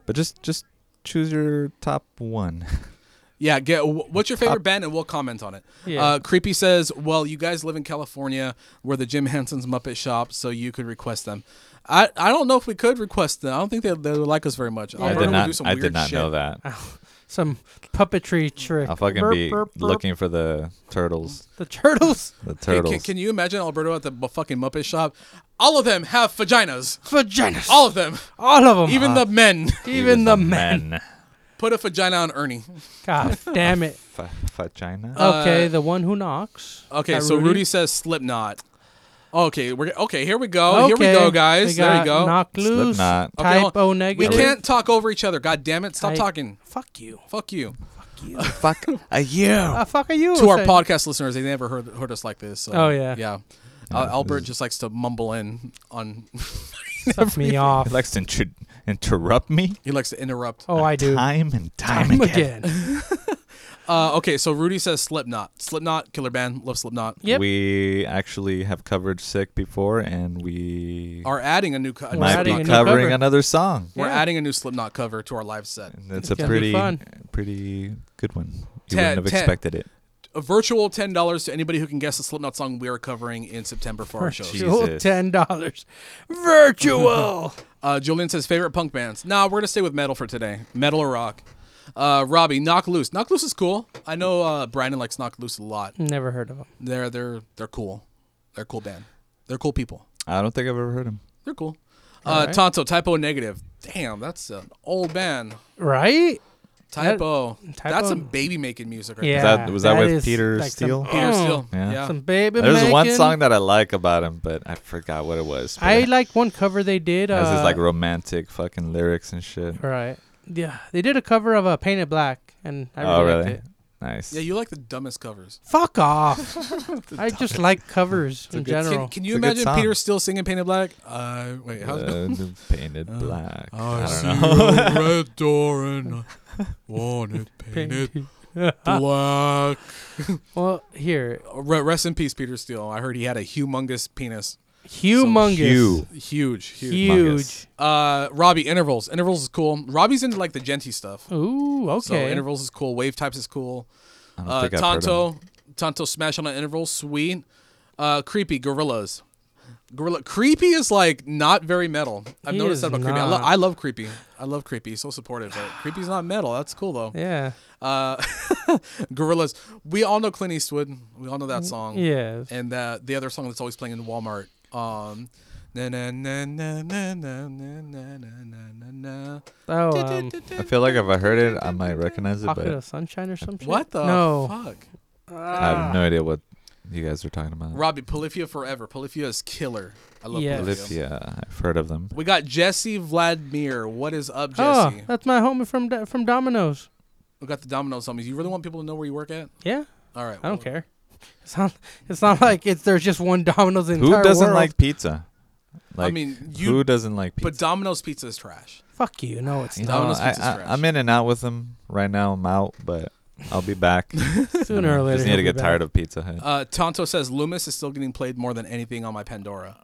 B: But just just choose your top one.
A: that. Yeah. Get wh- what's your favorite
B: Uh,
A: band, and we'll comment on it.
C: Yeah.
A: Uh, Creepy says, "Well, you guys live in California, where the Jim Henson's Muppet Shop, so you could request them." I, I don't know if we could request them. I don't think they, they would like us very much.
B: I
A: Alberta
B: did
A: would do
B: not.
A: some
B: I
A: weird
B: did not
A: shit.
B: know that.
C: Some puppetry trick.
B: I'll fucking
C: Burp,
B: be
C: burp, burp.
B: looking for the turtles.
C: The turtles.
B: The
A: Hey,
B: turtles.
A: Can, can you imagine Alberto at the bu- fucking Muppet Shop? All of them have vaginas.
C: Vaginas.
A: All of them.
C: All of them.
B: Uh,
A: Even the men.
C: even the men.
A: Put a vagina on Ernie.
C: God damn it.
B: Fa- vagina.
C: Okay, the one who knocks.
A: Uh, Okay,
C: That
A: so Rudy? says Slipknot. Okay, we're okay. Here we go.
C: Okay,
A: oh, Here we go,
C: we
A: guys. there you
C: got
A: go.
C: Knock loose.
B: Slipknot.
A: Okay,
C: Type
A: hold on.
C: O negative.
A: We can't talk over each other. God damn it! Stop
C: I-
A: talking.
C: Fuck you.
A: Fuck you.
B: Fuck a year.
C: Ah, fuck are you?
A: Oh. To our
C: saying?
A: podcast listeners, they never heard heard us like this. So,
C: Oh, yeah.
A: yeah. Uh, Albert just likes to mumble in on.
C: Suck me off.
B: He likes to inter- interrupt me
A: he likes to interrupt.
C: oh, I do.
B: time and time,
C: Time
B: again.
C: again.
A: Uh, okay, so Rudy says Slipknot. Slipknot, killer band. Love Slipknot.
C: Yep.
B: We actually have covered sick before, and we
A: Are adding a new. Co- a new
C: We're
B: might
A: Slipknot
B: be
C: adding
A: cover.
C: a
B: covering
C: new cover.
B: another song.
A: We're
C: Yeah.
A: adding a new Slipknot cover to our live set.
B: And it's,
C: It's
B: a
C: gonna be
B: pretty,
C: fun.
B: pretty good one. You
A: Ted-
B: wouldn't have
A: Ted.
B: expected it.
A: A virtual ten dollars to anybody who can guess the Slipknot song we are covering in September for our shows.
B: Jesus.
C: Virtual ten dollars. Virtual.
A: Uh, Julian says favorite punk bands. Nah, we're gonna stay with metal for today. Metal or rock. Uh, Robbie, Knock Loose. Knock Loose is cool. I know uh, Brandon likes Knock Loose a lot.
C: Never heard of them.
A: They're they're they're cool. They're a cool band. They're cool people.
B: I don't think I've ever heard him.
A: They're cool. Uh, Tonto typo negative. Damn, that's an old band.
C: Right?
A: Typo.
C: Typo-
A: That's some baby making music. Right
C: Yeah.
A: There.
B: that- was that with
C: is
B: Peter
C: like some-
B: Steele?
A: Peter Steele. Yeah.
B: Yeah.
C: Some baby.
B: There's one
C: making.
B: song that I like about him, but I forgot what it was. but
C: I
B: it
C: like one cover they did.
B: has
C: uh,
B: his like romantic fucking lyrics and shit.
C: Right. Yeah, they did a cover of uh, "Painted Black," and I really,
B: oh,
C: liked
B: really?
C: it.
B: Nice.
A: Yeah, you like the dumbest covers.
C: Fuck off! I just like covers
A: Can,
C: in general.
A: can you
B: It's a good
A: imagine
B: song.
A: Peter Steele singing "Painted Black"? Uh, wait, how's
B: Uh, the painted
C: Oh,
B: black. I don't know.
A: I see a red door and I want it painted black.
C: well, here,
A: Re- Rest in peace, Peter Steele. I heard he had a humongous penis.
C: humongous,
B: Hugh.
A: Huge, huge.
C: huge.
A: Uh, Robbie, intervals. Intervals is cool. Robbie's into like the genty stuff.
C: Ooh,
A: So
C: okay.
A: intervals is cool. Wave types is cool.
B: I don't
A: Uh,
B: think I've heard him.
A: Tonto, Tonto smash on an interval. Sweet. Uh, creepy gorillas. Gorilla creepy is like not very metal. I've
C: He
A: noticed
C: is
A: that about creepy. I, lo-
C: not.
A: I love creepy. I love creepy. He's so supportive, but creepy's not metal. That's cool though.
C: yeah,
A: Uh, gorillas. We all know Clint Eastwood. We all know that song
C: Mm, yeah.
A: and uh, the other song that's always playing in Walmart. Um, Na na na na na na na na na na na.
C: Oh, um,
B: I feel like if I heard it, I might recognize it,
C: Pocket
B: but
C: of Sunshine or something.
A: What the
C: No.
A: fuck?
B: I have
A: Ah.
B: no idea what you guys are talking about.
A: Robbie, Polyphia forever. Polyphia is killer. I love
C: Yes.
A: Polyphia.
B: Polyphia, I've heard of them.
A: We got Jesse Vladimir. What is up,
C: Oh,
A: Jesse?
C: that's my homie from Do- from Domino's.
A: we got the dominoes on me. You really want people to know where you work at?
C: Yeah,
A: All right.
C: I
A: well,
C: don't care. It's not. It's not like it's there's just one Domino's in
B: Who
C: the entire
B: doesn't
C: world.
B: like pizza? Like,
A: mean, you-
B: who doesn't like pizza?
A: But Domino's pizza is trash.
C: Fuck you. No, it's
B: You
C: not.
B: know,
A: Domino's
B: I,
A: pizza's
B: I,
A: fresh.
B: I'm in and out with them right now. I'm out, but I'll be back
C: Sooner or later.
B: Just
C: he'll
B: need to
C: be
B: get
C: back.
B: tired of Pizza Hut.
A: Uh, Tonto says Loomis is still getting played more than anything on my Pandora.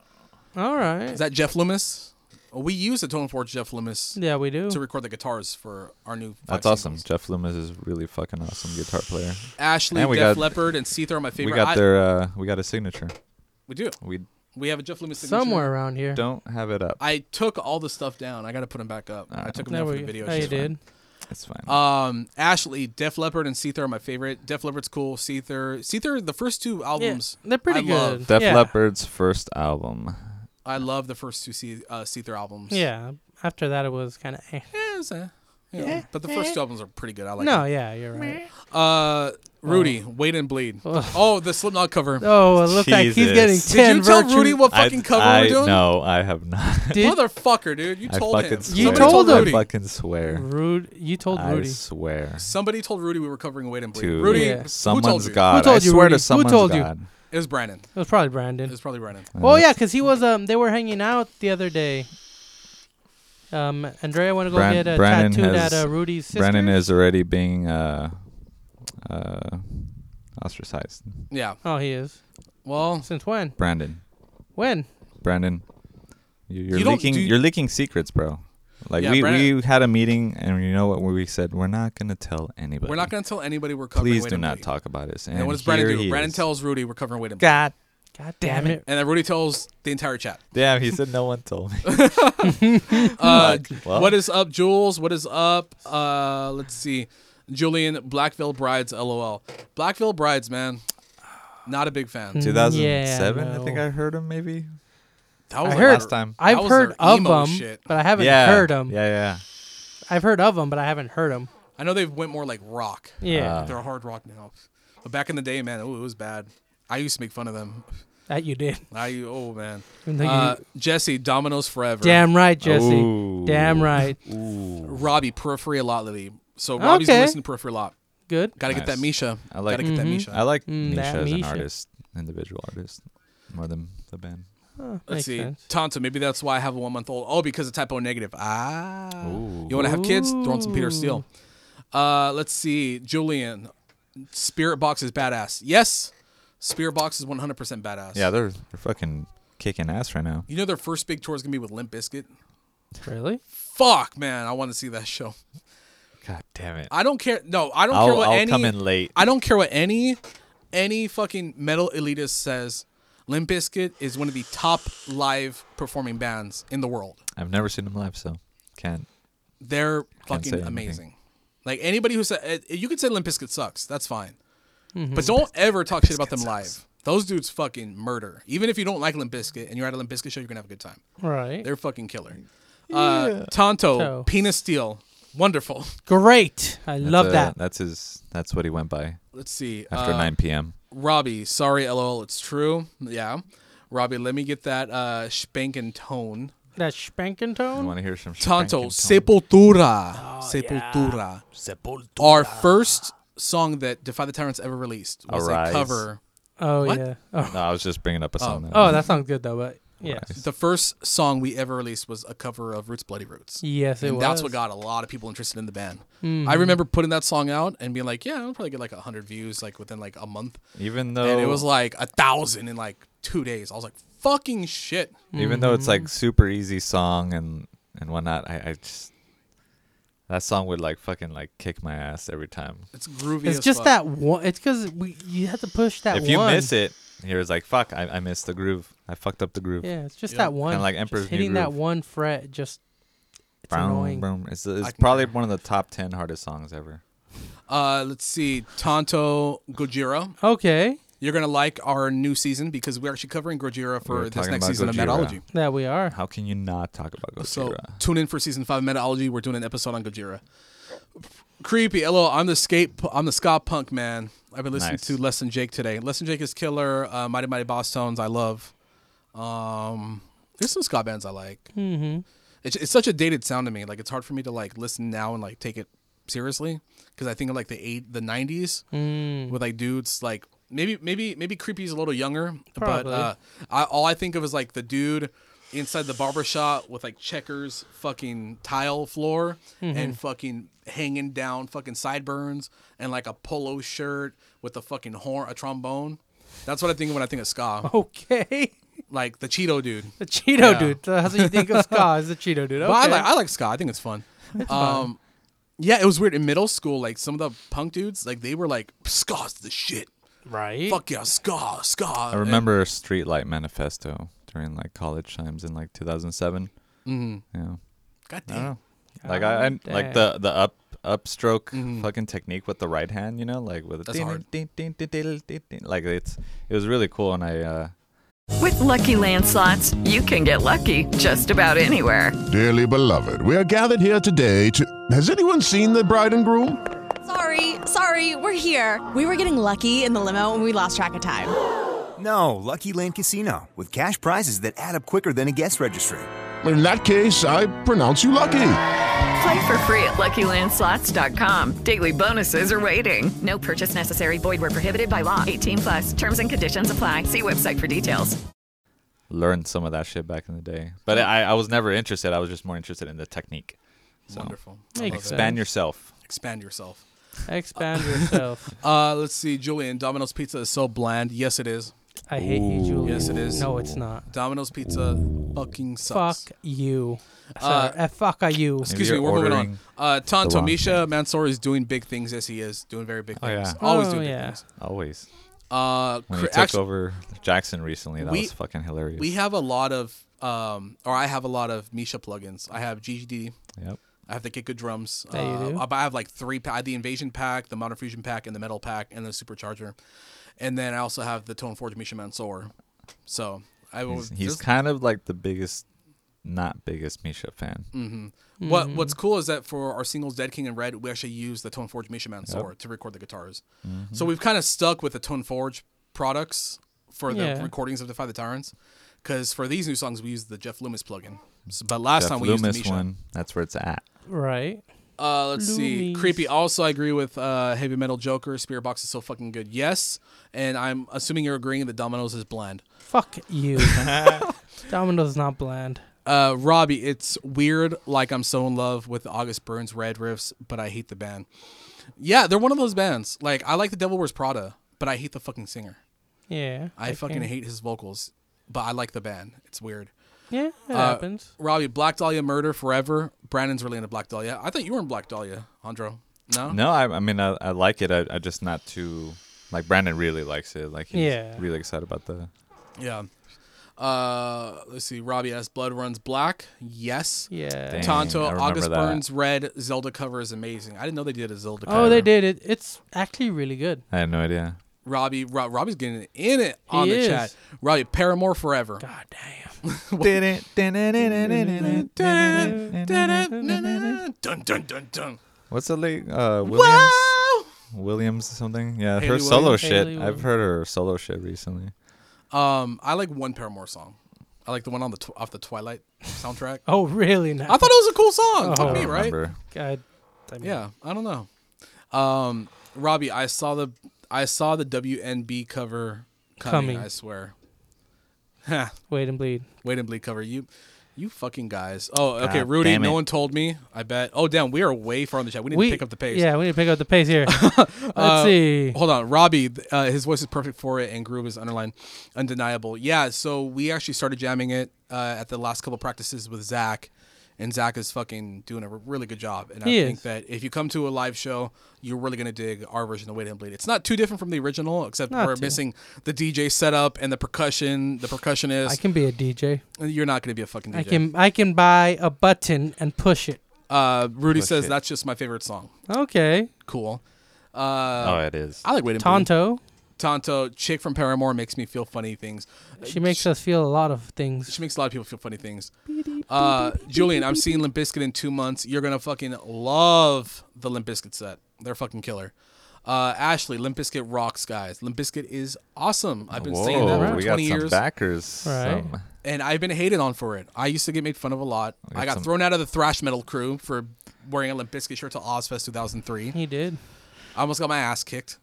C: All right.
A: Is that Jeff Loomis? We use the Tone Forge Jeff Loomis
C: yeah, we do.
A: to record the guitars for our new. five
B: That's awesome.
A: singles.
B: Jeff Loomis is really fucking awesome guitar player.
A: Ashley,
B: And we
A: Def
B: got-
A: Leppard, and Seether are my favorite.
B: We got
A: I-
B: their uh, we got a signature.
A: We do.
B: We
A: We have a Jeff Loomis signature.
C: Somewhere around here.
B: don't have it up.
A: I took all the stuff down. I got to put them back up. I took them
C: There
A: down for
C: we
A: the video.
C: Oh,
A: It's
C: you
A: fine.
C: did.
B: It's fine.
A: Um, Ashley, Def Leppard, and Seether are my favorite. Def Leppard's cool. Seether, Seether, the first two albums.
C: they're pretty
A: I
C: good.
A: Love.
B: Def
C: yeah.
B: Leppard's first album.
A: I love the first two Se- uh, Seether albums.
C: Yeah. After that, it was kind of. Eh.
A: Yeah, it's, uh, you know, But the first two albums are pretty good. I like
C: No,
A: them.
C: yeah, you're right.
A: Uh, Rudy, Wait and Bleed. Oh, the Slipknot cover.
C: Oh, it looked like he's
B: Jesus.
C: getting
B: Did
A: Did
C: ten
A: you tell
C: virtue-
A: Rudy what fucking
B: I,
A: cover
B: I,
A: we're doing?
B: No, I have not.
C: Did
A: Motherfucker, dude. You
B: I
A: told
B: fucking
A: him.
B: swear.
C: You
A: Somebody
C: told him.
B: I
A: Rudy.
B: fucking swear.
C: Rude. You told
B: I
C: Rudy.
B: swear.
A: Somebody told Rudy we were covering Wait and Bleed.
B: To
A: Rudy,
C: Yeah.
A: who
B: someone's
A: told you?
B: God.
C: told
B: I
C: you,
B: swear
C: Rudy?
B: to
C: Who
B: someone's
C: told you?
B: God.
A: It was Brandon.
C: It was probably Brandon.
A: It was probably Brandon.
C: Oh yeah, 'cause he was um they were hanging out the other day. Um, Andrea went to go
B: Bran-
C: get a
B: Brandon
C: tattooed
B: has-
C: at uh, Rudy's sister.
B: Brennan is already being uh, uh, ostracized.
A: Yeah.
C: Oh, he is.
A: Well,
C: Since when?
B: Brandon,
C: When?
B: Brandon, you- you're
A: You don't
B: leaking.
A: do-
B: you're leaking secrets, bro. Like
A: Yeah,
B: we,
A: Brandon-
B: we had a meeting, and you know what we said? We're not gonna tell anybody.
A: we're not going to tell anybody we're covering
B: Please
A: Wait
B: do
A: and
B: not
A: Bleed.
B: talk about this. And
A: And what does Brandon
B: here
A: do?
B: he
A: Brandon
B: is.
A: tells Rudy we're covering Wait and Bleed.
C: God. God damn it.
A: And then Rudy tells the entire chat.
B: Damn, he said no one told me.
A: Uh,
B: Like, well,
A: What is up, Jules? What is up? Uh, let's see. Julian, Blackville Brides, LOL. Blackville Brides, man. Not a big
B: Mm,
A: fan.
B: 2007?
C: Yeah,
B: I think
C: no.
B: I heard him maybe.
A: That was
C: I
A: like
C: heard
B: last time.
A: That
C: I've
A: was
C: heard
A: their
C: of
A: emo
C: them,
A: shit.
C: but I haven't
B: yeah,
C: heard them.
B: Yeah, yeah.
C: I've heard of them, but I haven't heard them.
A: I know they've went more like rock.
C: Yeah,
A: They're hard rock now. But back in the day, man, oh, it was bad. I used to make fun of them.
C: that you did.
A: I oh man.
C: Even though you-
A: Uh, Jesse, Domino's Forever.
C: Damn right, Jesse.
B: Ooh.
C: Damn right.
A: Robbie, Periphery a lot lately. So Robbie's
C: Okay.
A: been listening to Periphery a lot.
C: Good.
A: Gotta get that Misha.
B: I like-
A: Gotta get that Misha.
B: I like
C: Mm,
B: Misha
C: that
B: as an
C: Misha.
B: artist, individual artist, more than the band.
C: Makes
A: Let's see.
C: sense.
A: Tonto, maybe that's why I have a one month old. Oh, because of typo negative. Ah. You want to have kids? Throw on some Peter Steele. Uh, let's see. Julian, Spirit Box is badass. Yes, Spirit Box is 100% badass.
B: Yeah, they're they're fucking kicking ass right now.
A: You know their first big tour is going to be with Limp Bizkit?
C: Really?
A: Fuck, man. I want to see that show.
B: God damn it!
A: I don't care. No, I don't
B: I'll-
A: care what
B: I'll
A: any.
B: come in late.
A: I don't care what any, any fucking metal elitist says. Limp Bizkit is one of the top live performing bands in the world.
B: I've never seen them live, so can't.
A: they're
B: say
A: fucking
B: anything.
A: amazing. Like anybody who said uh, you could say Limp Bizkit sucks, that's fine, but don't ever talk shit about them live. Those dudes fucking murder. Even if you don't like Limp Bizkit and you're at a Limp Bizkit show, you're gonna have a good time.
C: Right.
A: They're fucking killer. Uh, Tonto,
C: So-
A: Penis Steel, wonderful.
C: Great. I love
B: That's, uh,
C: that.
B: That's his. That's what he went by
A: Let's see.
B: after
A: uh,
B: 9 p.m.
A: Robbie, sorry, lol, it's true. Yeah, Robbie, let me get that uh, spankin' tone.
C: That spanking tone.
B: You want to hear some?
A: Tonto,
B: spanking tone?
C: Oh,
A: Sepultura. Sepultura. Our first song that Defy the Tyrants ever released was
B: Arise.
A: a cover.
C: Oh
A: What?
C: yeah. Oh.
B: No, I was just bringing up a song.
C: oh, that sounds good though. But yes,
A: The first song we ever released was a cover of Roots Bloody Roots.
C: yes, it
A: and
C: was. Mm-hmm.
A: that's what got a lot of people interested in the band. I remember putting that song out and being like, "Yeah, I'll probably get like hundred views like within like a month,"
B: even though
A: and it was like a thousand in like two days. I was like, "Fucking shit!"
B: even though it's
C: Mm-hmm.
B: like super easy song and and whatnot, I, I just that song would like fucking like kick my ass every time.
A: It's groovy.
C: It's
A: as
C: just
A: fuck.
C: that one. It's because we you have to push that
B: if
C: one.
B: you miss it, you're just like fuck. I, I missed the groove. I fucked up the groove.
C: Yeah, it's just
A: Yeah.
C: that one.
B: Kinda like
C: just
B: Emperor's New
C: hitting that
B: Groove.
C: one fret. Just it's
B: Boom,
C: annoying.
B: boom. It's, it's
A: I can-
B: probably one of the top ten hardest songs ever.
A: Uh, let's see, Tonto Gojira.
C: Okay.
A: You're gonna like our new season because we're actually covering Gojira
B: We were
A: for this
B: talking
A: next
B: about
A: season
B: Gojira.
A: of Metology.
C: Yeah, we are.
B: How can you not talk about Gojira?
A: So tune in for season five of Metology. We're doing an episode on Gojira. Creepy. Hello, I'm the skate. I'm the ska punk man. I've been listening
B: Nice.
A: to Less Than Jake today. Less Than Jake is killer. Uh, Mighty Mighty Boss Tones. I love. Um, there's some ska bands I like. Mm-hmm. It's, it's such a dated sound to me. Like it's hard for me to like listen now and like take it seriously because I think of like the eight the '90s with like dudes like maybe maybe maybe creepy's a little younger,
C: Probably.
A: but uh, I, all I think of is like the dude inside the barber shop with like checkers fucking tile floor
C: Mm-hmm.
A: and fucking hanging down fucking sideburns and like a polo shirt with a fucking horn a trombone. That's what I think of when I think of ska.
C: Oh. Okay.
A: Like the Cheeto dude.
C: The Cheeto dude. That's what you think of ska is the Cheeto dude. Okay.
A: But I like I like ska. I think it's fun. um, yeah, it was weird in middle school. Like some of the punk dudes, like they were like ska's the shit.
C: right.
A: Fuck yeah, ska, ska.
B: I remember Streetlight Manifesto during like college times in like 2007. Mm-hmm. Yeah.
A: God
B: I
A: damn.
B: don't know. Like I, I like the the up upstroke fucking technique with the right hand, you know, like with a
A: Mm-hmm. That's
B: ding,
A: hard.
B: ding, ding, ding, ding, ding, ding. like it's it was really cool and I uh
E: With Lucky Land slots, you can get lucky just about anywhere.
D: Dearly beloved, we are gathered here today to. Has anyone seen the bride and groom?
F: Sorry, sorry, we're here. We were getting lucky in the limo and we lost track of time.
G: No, Lucky Land Casino, with cash prizes that add up quicker than a guest registry.
D: In that case, I pronounce you lucky.
E: Play for free at LuckyLandSlots.com. Daily bonuses are waiting. No purchase necessary. Void were prohibited by law. 18 plus. Terms and conditions apply. See website for details.
B: learned some of that shit back in the day. But I I was never interested. I was just more interested in the technique. So
A: Wonderful.
C: Makes
B: expand
C: sense.
B: yourself.
A: Expand yourself.
C: Expand yourself.
A: Uh, let's see, Julian. Domino's pizza is so bland. Yes, it is.
C: I hate you, Julie.
A: Yes, it is.
C: No, it's not.
A: Domino's pizza fucking sucks. Uh,
C: Fuck you. Sorry, eh, fuck are you.
A: Excuse me,
B: Maybe
A: we're
B: you're
A: moving on.
B: ordering
A: Uh, Tonto
B: wrong
A: Misha Mansour is doing big things. Yes, he is doing very big
B: Oh, yeah.
A: things. Always
C: Oh,
A: doing big
C: yeah.
A: things.
B: Always.
A: Uh,
B: When
A: cr-
B: he took
A: actually,
B: over Jackson recently, that
A: we-
B: was fucking hilarious.
A: we have a lot of, um, or I have a lot of Misha plugins. I have GGD.
B: yep.
A: I have the Get Good Drums.
C: That you do?
A: uh, but I have like three. Pa- I have the Invasion pack, the Modern Fusion pack, and the Metal pack, and the Supercharger. And then I also have the Tone Forge Misha Mansour. So I was.
B: He's, he's kind of like the biggest not biggest Misha fan. Mm-hmm.
A: What What's cool is that for our singles Dead King and Red, we actually use the Tone Forge Misha Mansour to record the guitars.
B: Mm-hmm.
A: So we've kind of stuck with the Tone Forge products for the
C: Yeah.
A: recordings of Defy the Tyrants. Because for these new songs, we use the Jeff Loomis plugin. S- But last
B: Jeff
A: time we
B: Loomis
A: used the Misha.
B: one, that's where it's at.
C: Right.
A: Uh, let's see.
C: Loomis.
A: Creepy. Also, I agree with uh, Heavy Metal Joker. Spirit Box is so fucking good. Yes. And I'm assuming you're agreeing that Domino's is bland.
C: Fuck you. Domino's not bland.
A: Uh, Robbie, it's weird. Like I'm so in love with August Burns Red Riffs, but I hate the band. Yeah, they're one of those bands. Like I like the Devil Wears Prada, but I hate the fucking singer.
C: Yeah.
A: I fucking
C: can-
A: hate his vocals, but I like the band. It's weird.
C: Yeah,
A: Uh,
C: it happens.
A: Robbie, Black Dahlia Murder Forever. Brandon's really into Black Dahlia. I thought you were in Black Dahlia, Andro. No.
B: No, I, I mean, I, I like it. I, I just not too like Brandon really likes it. Like he's
C: Yeah.
B: really excited about the.
A: Yeah. Uh, let's see. Robbie asks, "Blood runs black." Yes.
C: Yeah.
B: Dang,
A: Tonto,
B: I remember
A: August
B: that.
A: Burns Red Zelda cover is amazing. I didn't know they did a Zelda. cover.
C: Oh, they did it. It's actually really good.
B: I had no idea.
A: Robbie, Rob, Robbie's getting in it on the
C: is.
A: chat. Robbie, Paramore forever.
C: God damn.
A: Dun dun dun dun.
B: What's the late uh, Williams? Williams something? Yeah, her
A: Hayley
B: solo
A: Williams.
B: shit.
C: Hayley
B: I've heard her solo shit recently.
A: Um, I like one Paramore song. I like the one on the tw- off the Twilight soundtrack.
C: Oh, really? Now.
A: I thought it was a cool song. Fuck
C: Oh.
A: me,
B: I
A: right?
B: remember.
C: God. I mean,
A: Yeah, I don't know. Um, Robbie, I saw the I saw the WNB cover coming.
C: Coming.
A: I swear. Ha,
C: Wait and bleed.
A: Wait and bleed cover you. You fucking guys. Oh, okay, Rudy.
B: damn
A: No
B: it.
A: one told me. I bet. Oh, damn. We are way far on the chat. We need
C: we
A: to pick up the pace. Uh,
C: Yeah, we need to pick up the pace here. Let's see.
A: Hold on, Robbie. th- Uh, his voice is perfect for it, and groove is underlined, undeniable. Yeah. So we actually started jamming it uh, at the last couple practices with Zach, and Zach is fucking doing a r- really good job. And I
C: He
A: think
C: is.
A: that if you come to a live show, you're really gonna dig our version of Wait and Bleed. It's not too different from the original, except
C: Not
A: we're
C: too.
A: missing the DJ setup and the percussion, the percussionist.
C: I can be a DJ.
A: you're not gonna be a fucking DJ.
C: I can I can buy a button and push it.
A: uh, Rudy says
B: shit.
A: that's just my favorite song.
C: Okay.
A: Cool. Uh,
B: oh, it is.
A: I like Wait and Bleed.
C: Tonto.
A: Tonto, chick from Paramore makes me feel funny things.
C: She makes us feel a lot of things.
A: She makes a lot of people feel funny things. Uh, Julian, I'm seeing Limp Bizkit in two months. You're gonna fucking love the Limp Bizkit set. They're fucking killer. Uh, Ashley, Limp Bizkit rocks, guys. Limp Bizkit is awesome. I've been saying that
B: Whoa,
A: for
B: we got
A: 20
B: some
A: years,
B: backers.
C: Right.
B: Some-
A: and I've been hated on for it. I used to get made fun of a lot. I got
B: some-
A: thrown out of the thrash metal crew for wearing a Limp Bizkit shirt to Ozfest 2003.
C: He did.
A: I almost got my ass kicked.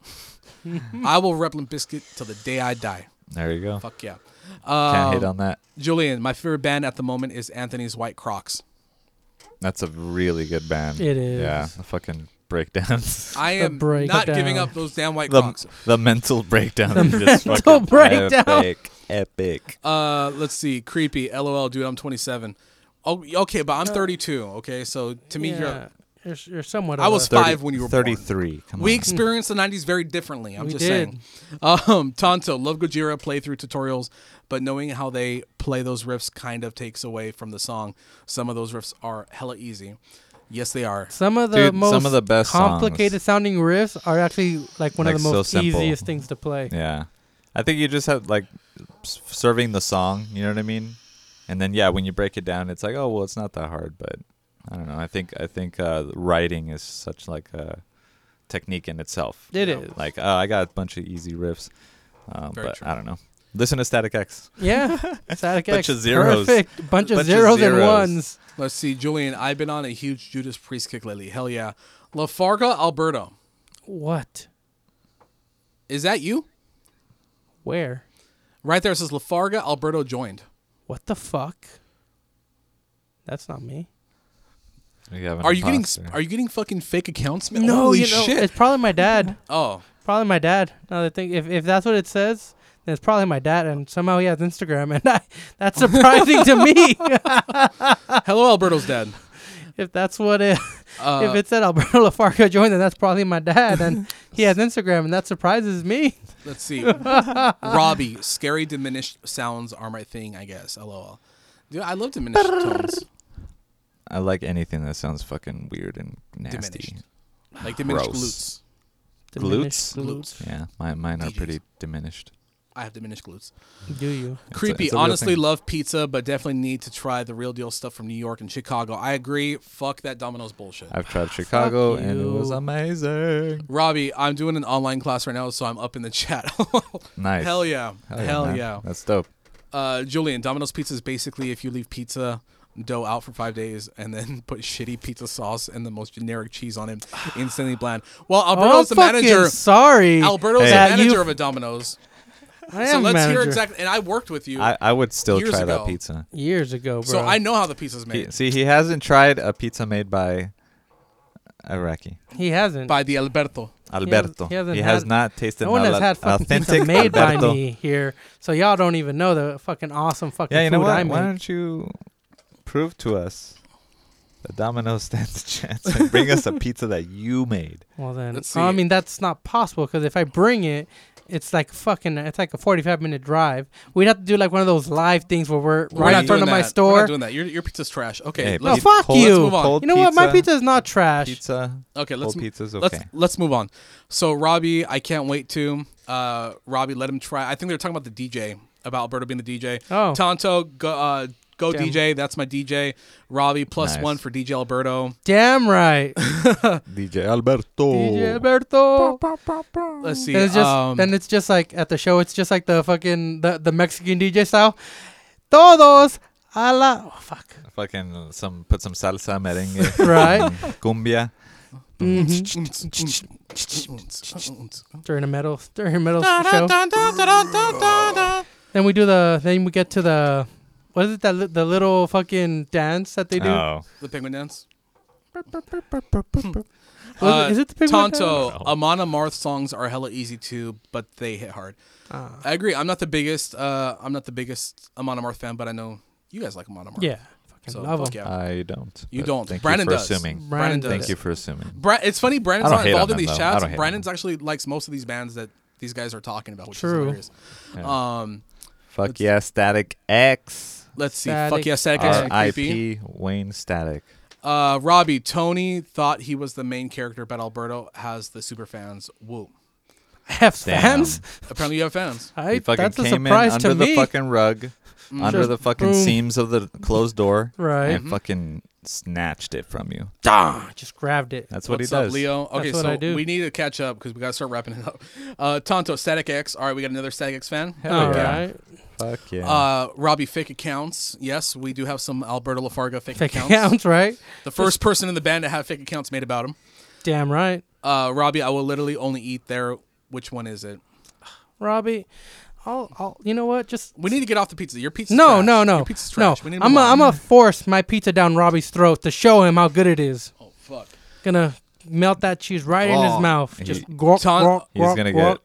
A: I will rep Limp Bizkit till the day I die.
B: there you go.
A: Fuck Um, yeah.
B: Can't hit on that.
A: Julian, my favorite band at the moment is Anthony's White Crocs.
B: That's a really good band.
C: It is.
B: Yeah, the fucking breakdowns.
A: I am not
C: breakdown.
A: giving up those damn White Crocs.
B: the, the mental breakdown. The
C: mental breakdown.
B: Epic. epic.
A: Uh, let's see. Creepy. LOL, dude. I'm 27. Oh, okay, but I'm 32. Okay, so to me, you're.
C: Uh, Yeah. You're, you're somewhat.
A: I
C: of
A: was
C: a-
A: five when you were born.
B: 33. Come
A: We
B: on.
A: experienced the 90s very differently. I'm
C: We
A: just
C: did.
A: saying. Um, Tonto, love Gojira playthrough tutorials, but knowing how they play those riffs kind of takes away from the song. Some of those riffs are hella easy. Yes, they are.
C: Some of the
B: Dude,
C: most
B: some of the best
C: complicated
B: songs.
C: sounding riffs are actually like one
B: Like,
C: of the
B: so
C: most
B: simple.
C: easiest things to play.
B: Yeah, I think you just have like s- serving the song. You know what I mean? And then yeah, when you break it down, it's like oh well, it's not that hard. But I don't know. I think I think uh, writing is such like a technique in itself.
C: It
B: It is
C: is.
B: like oh, I got a bunch of easy riffs, um,
A: Very
B: but
A: true.
B: I don't know. Listen to Static X.
C: Yeah, Static
B: Bunch
C: X,
B: of zeros.
C: perfect, bunch of
B: Bunch of
C: zeros and
B: zeros.
C: ones.
A: Let's see, Julian. I've been on a huge Judas Priest kick lately. Hell yeah, Lafarga, Alberta.
C: What?
A: Is that you?
C: Where?
A: Right there it says Lafarga, Alberto joined.
C: What the fuck? That's not me.
A: Are you getting sp- are you getting fucking fake accounts? Man? Holy
C: you know,
A: shit!
C: it's probably my dad.
A: Oh,
C: Probably my dad. Now that I think, if if that's what it says, then it's probably my dad. And somehow he has Instagram, and I, that's surprising to me.
A: hello, Alberto's dad.
C: if that's what it,
A: Uh,
C: if it said Alberto Lafargo joined, then that's probably my dad, and he has Instagram, and that surprises me.
A: Let's see, Robbie. Scary diminished sounds are my thing. I guess. Lol. Dude, I love diminished tones.
B: I like anything that sounds fucking weird and nasty.
A: Diminished. Like diminished
B: Gross.
A: glutes.
C: Diminished
B: Glutes? Yeah, my, mine are
A: DJs.
B: pretty diminished.
A: I have diminished glutes.
C: Do you?
B: It's a-
A: Creepy.
B: it's a real
A: Honestly,
B: thing.
A: love pizza, but definitely need to try the real deal stuff from New York and Chicago. I agree. Fuck that Domino's bullshit.
B: I've tried Chicago and it was
C: Ah, you.
B: amazing.
A: Robbie, I'm doing an online class right now, so I'm up in the chat.
B: Nice.
A: Hell yeah. Hell,
B: man.
A: yeah.
B: That's dope.
A: Uh, Julian, Domino's Pizza is basically if you leave pizza dough out for five days and then put shitty pizza sauce and the most generic cheese on it, instantly bland. Well, Alberto's the
C: oh, fucking
A: manager.
C: sorry.
A: Alberto's
B: Hey.
A: the
C: That
A: manager
C: you-
A: of a Domino's.
C: I
A: So
C: am
A: let's
C: manager.
A: hear exactly. And I worked with you,
B: I, I would still
A: Years
B: try
A: ago.
B: that pizza.
C: years ago, bro.
A: so I know how the pizza's
B: He,
A: made
B: see, he hasn't tried a pizza made by Iraqi.
C: he hasn't.
A: by the Alberto.
B: Alberto. He,
C: he hasn't
B: has
C: had-
B: not tasted
C: no one has
B: al-
C: had fucking pizza
B: authentic
C: made by
B: Alberto.
C: me here, so y'all don't even know the fucking awesome fucking
B: Yeah, you know
C: food
B: what?
C: I
B: Why
C: make.
B: don't you prove to us that Domino's stands a chance and bring us a pizza that you made?
C: Well then,
A: Let's
C: I
A: see.
C: mean that's not possible because if I bring it, it's like fucking. It's like a forty-five minute drive. We'd have to do like one of those live things where we're
A: We're
C: right
A: not
C: in front
A: doing
C: of my
A: that. We're
C: store.
A: not doing that. Your, your pizza's trash. Okay,
B: Hey,
C: No,
A: let's,
B: pizza-
C: fuck
B: cold-
C: you.
A: move on.
B: cold
C: You know what? My
B: pizza-
C: pizza is not trash.
B: Pizza.
A: Okay, let's
B: Cold pizza's
A: let's
B: okay.
A: let's move on. So Robbie, I can't wait to uh, Robbie let him try. I think they were talking about the DJ about Alberto being the DJ.
C: Oh.
A: Tonto go uh, go
C: Damn.
A: DJ. That's my DJ. Robbie plus
B: Nice.
A: one for DJ Alberto.
C: Damn right,
B: DJ Alberto.
C: DJ Alberto.
A: Let's see.
C: And it's just
A: um,
C: and it's just like at the show, it's just like the fucking the, the Mexican DJ style. Todos a la oh, fuck.
B: Fucking some put some salsa merengue.
C: Right.
B: fucking Cumbia.
C: During a metal during a metal show. Then we do the then we get to the what is it that li- the little fucking dance that they do?
B: Oh.
A: the penguin dance.
C: Was it-
A: Uh,
C: is it the Oh. penguin
A: Tonto, Amana Marth songs are hella easy too, but they hit hard.
C: Ah.
A: I agree. I'm not the biggest. Uh, I'm not the biggest Amana Marth fan, but I know you guys like Amana Marth.
C: Yeah, fucking
A: So
C: love
A: fuck
C: them.
A: yeah.
B: I don't.
A: You
B: but
A: don't.
B: Thank
A: Brandon
B: you for
A: does.
B: assuming.
C: Brandon
A: does.
B: Thank you for assuming.
A: Bra- it's funny. Brandon's
B: I don't
A: not
B: hate
A: involved in
B: on him,
A: these
B: though. I
A: chats.
B: don't hate on
A: Brandon's actually likes most of these bands that these guys are talking about, which is
C: True.
A: hilarious.
B: Yeah.
A: Um,
B: Fuck yeah, Static X.
A: let's see.
C: Static
A: Fuck yeah, Static X. and Creepy.
B: R.I.P. Wayne Static.
A: Uh, Robbie Tony thought he was the main character, but Alberto has the super fans. Woo.
C: have
B: Damn.
C: fans.
A: Apparently, you have fans.
C: I,
B: He fucking
C: that's a
B: came in
C: surprise
B: under
C: to
B: the
C: me. Mm.
B: fucking rug, under
C: Just
B: the fucking
C: boom.
B: seams of the closed door,
C: Right. Mm-hmm.
B: And fucking snatched it from you.
C: I just grabbed it.
B: That's what
A: What's
B: he does.
A: up, Leo? Okay,
C: That's what
A: so
C: I do.
A: we need to catch up because we gotta start wrapping it up. Uh, Tonto, Static X. All right, we got another Static X fan.
C: All right.
B: yeah. Fuck yeah.
A: Uh, Robbie, fake accounts. Yes, we do have some Alberto LaFarga fake,
C: Fake accounts, right?
A: The first person in the band to have fake accounts made about him.
C: Damn right.
A: Uh, Robbie, I will literally only eat there. Which one is it?
C: Robbie, I'll, I'll, you know what? Just
A: We need to get off the pizza. Your pizza.
C: no, no,
A: Your
C: no,
A: pizza's
C: no.
A: Mm. trash. We need to
C: I'm,
A: move
C: a,
A: on.
C: I'm gonna force my pizza down Robbie's throat to show him how good it is.
A: Oh fuck.
C: Gonna melt that cheese right in his
B: Oh.
C: mouth.
B: He-
C: Just gork,
A: Ton-
C: gork,
B: He's
C: gork,
B: gonna
C: gork.
B: get.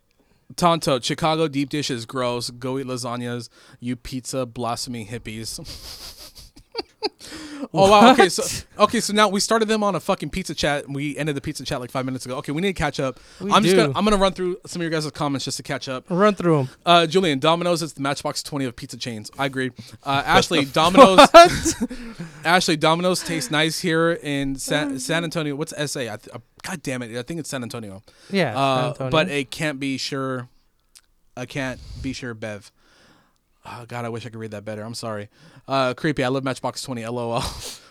A: Tonto, Chicago deep dish is gross. Go eat lasagnas. You pizza blossoming hippies. oh wow. Okay, so okay, so now we started them on a fucking pizza chat. and We ended the pizza chat like five minutes ago. Okay, we need to catch up. I'm just
C: do.
A: gonna I'm gonna run through some of your guys' comments just to catch up.
C: run through him.
A: Uh, Julian, Domino's is the Matchbox 20 of pizza chains. I agree. Uh, Ashley, Domino's. Ashley, Domino's tastes nice here in
C: Mm.
A: San, San Antonio. What's SA? I th- uh, God damn it! I think it's San Antonio.
C: Yeah, San
A: Uh,
C: Antonio.
A: But it can't be sure. I can't be sure, Bev. Oh, God, I wish I could read that better. I'm sorry. Uh, creepy. I love Matchbox 20. LOL.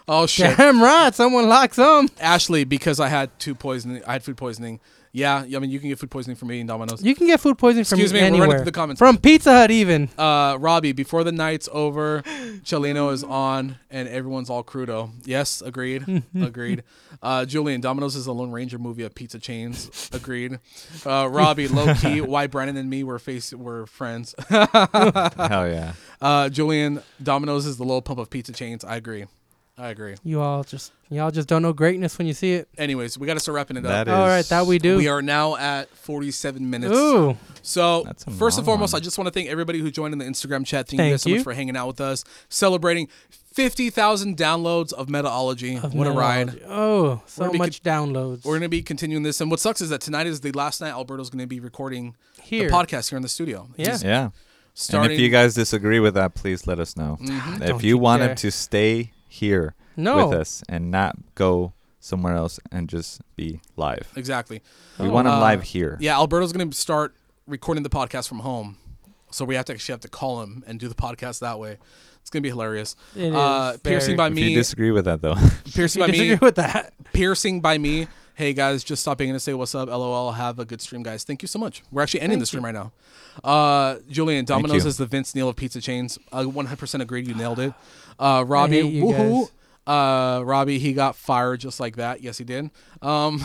A: oh shit.
C: Damn right, someone likes him.
A: Ashley, because I had two poisoning. I had food poisoning. Yeah, I mean you can get food poisoning from eating Domino's.
C: You can get food poisoning from
A: Excuse me, we're running
C: anywhere.
A: through the comments.
C: From Pizza Hut, even.
A: Uh, Robbie, before the night's over, Chelino is on and everyone's all crudo. Yes, agreed. agreed. Uh, Julian, Domino's is a Lone Ranger movie of pizza chains. Agreed. Uh, Robbie, low key, why Brandon and me were face were friends.
B: Hell yeah.
A: Uh, Julian, Domino's is the low pump of pizza chains. I agree. I agree.
C: You all just, y'all just don't know greatness when you see it.
A: Anyways, we got to start wrapping it up.
B: That is.
C: all right, that we do.
A: We are now at 47 minutes.
C: Ooh,
A: So
B: That's a
A: first and
B: long
A: foremost,
B: one.
A: I just want to thank everybody who joined in the Instagram chat. Thank, you
C: Thank
A: guys so
C: you.
A: much for hanging out with us, celebrating fifty thousand downloads of Metaology. what a ride!
C: Oh,
A: We're
C: so
A: gonna be
C: much downloads.
A: We're gonna be continuing this, and what sucks is that tonight is the last night Alberto's gonna be recording
C: Here.
A: the podcast here in the studio.
C: Yeah.
A: He's
B: Yeah.
A: starting.
B: And if you guys disagree with that, please let us know. If
C: Mm-hmm. Don't
B: you
C: you
B: want
C: dare.
B: him to stay here
C: No.
B: with us and not go somewhere else and just be live,
C: Uh,
A: exactly.
B: we want him
A: Uh,
B: live here.
A: Yeah, Alberto's gonna start recording the podcast from home, so we have to actually have to call him and do the podcast that way. It's gonna be hilarious.
C: It
A: uh,
C: is
A: piercing
C: very-
A: by
B: If
A: me.
B: you disagree with that, though,
A: piercing
C: You
A: by me.
C: disagree with that?
A: piercing by me. Hey guys, just stopping in to say what's up. LOL. Have a good stream, guys. Thank you so much. We're actually ending the stream right now. Uh, Julian, Domino's
B: you.
A: is the Vince Neil of pizza chains. I 100% agreed. You nailed it. Uh, Robbie,
C: hate you
A: woohoo. Uh, Robbie, he got fired just like that. Yes, he did. Um,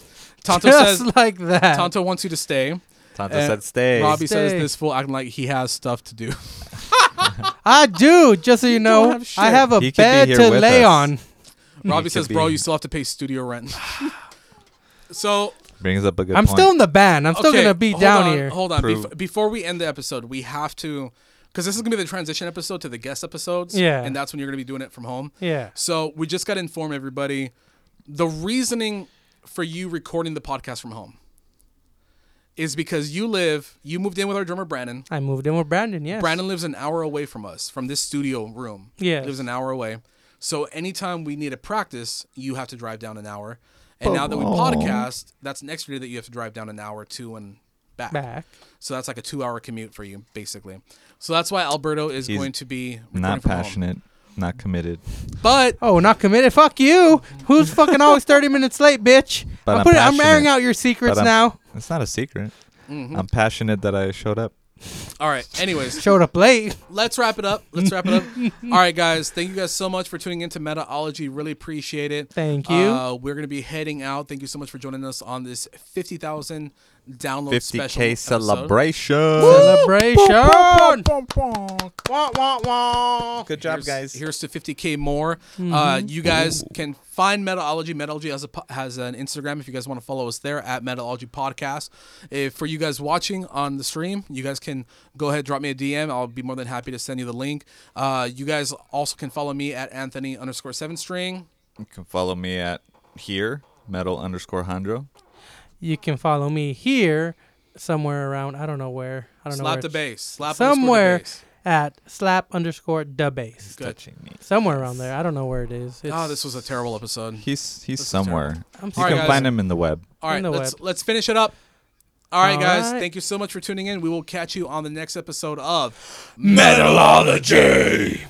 A: Tonto
C: Just
A: says
C: like that.
A: Tonto wants you to stay.
B: Tonto
A: And
B: said stay.
A: Robbie
C: Stay.
A: says this fool acting like he has stuff to do.
C: I do, Ah, just so you know.
A: have shit.
C: I have a
B: He could be
C: bed
B: here
C: to
B: with
C: lay
B: us.
C: on.
A: Robbie says, "Bro,
B: be-
A: you still have to pay studio rent." so
B: brings up a good
C: I'm
B: point.
C: still in the band. I'm still
A: Okay,
C: gonna be
A: hold
C: down
A: on,
C: here.
A: Hold on,
B: Prove-
A: Bef- before we end the episode, we have to, because this is gonna be the transition episode to the guest episodes.
C: Yeah.
A: and that's when you're gonna be doing it from home.
C: Yeah.
A: So we just gotta inform everybody the reasoning for you recording the podcast from home is because you live, you moved in with our drummer Brandon.
C: I moved in with Brandon. Yes.
A: Brandon lives an hour away from us, from this studio room.
C: Yes.
A: lives an hour away. So anytime we need to practice, you have to drive down an hour. And now that we podcast, that's an extra day that you have to drive down an hour to and
C: back.
A: so that's like a two hour commute for you, basically. So that's why Alberto is
B: He's
A: going to be recording
B: not
A: from home.
B: passionate, not committed.
A: But
C: Oh, not committed. Fuck you. Who's fucking always 30 minutes late, bitch?
B: But
C: I'm
B: I'm
C: putting. I'm airing
B: passionate.
C: out your
B: But
C: secrets
B: I'm-
C: now.
B: It's not a secret.
A: Mm-hmm.
B: I'm passionate that I showed up.
A: all right. Anyways,
C: Showed up late.
A: let's wrap it up. Let's wrap it up. all right, guys. Thank you guys so much for tuning into Metaology. Really appreciate it.
C: Thank you.
A: Uh, we're gonna be heading out. Thank you so much for joining us on this fifty thousand download special
B: 50k
A: episode.
B: celebration.
C: Celebration. Wah, wah, wah.
B: Good job,
A: Here's-
B: guys.
A: Here's to 50k more. Uh, you guys can find Metalogy. Metalogy has a po- has an Instagram. If you guys want to follow us there at Metalogy Podcast. If for you guys watching on the stream, you guys can go ahead drop me a DM. I'll be more than happy to send you the link. Uh, you guys also can follow me at Anthony underscore seven string.
B: You can follow me at here metal underscore Hondro.
C: You can follow me here, somewhere around. I don't know where. I don't know.
A: Slap
C: where
A: the
C: it's-
A: bass. Slap
C: Somewhere
A: Underscore the bass.
C: at slap underscore da base.
A: Good.
C: Somewhere around there. I don't know where it is. It's,
A: Oh, this was a terrible episode.
B: He's he's somewhere.
C: I'm
B: You
C: sorry.
B: can
A: guys.
B: find him in the web.
A: All right,
C: the
A: let's
C: web.
A: let's finish it up. All right,
C: All
A: guys.
C: right.
A: Thank you so much for tuning in. We will catch you on the next episode of
B: Metalology.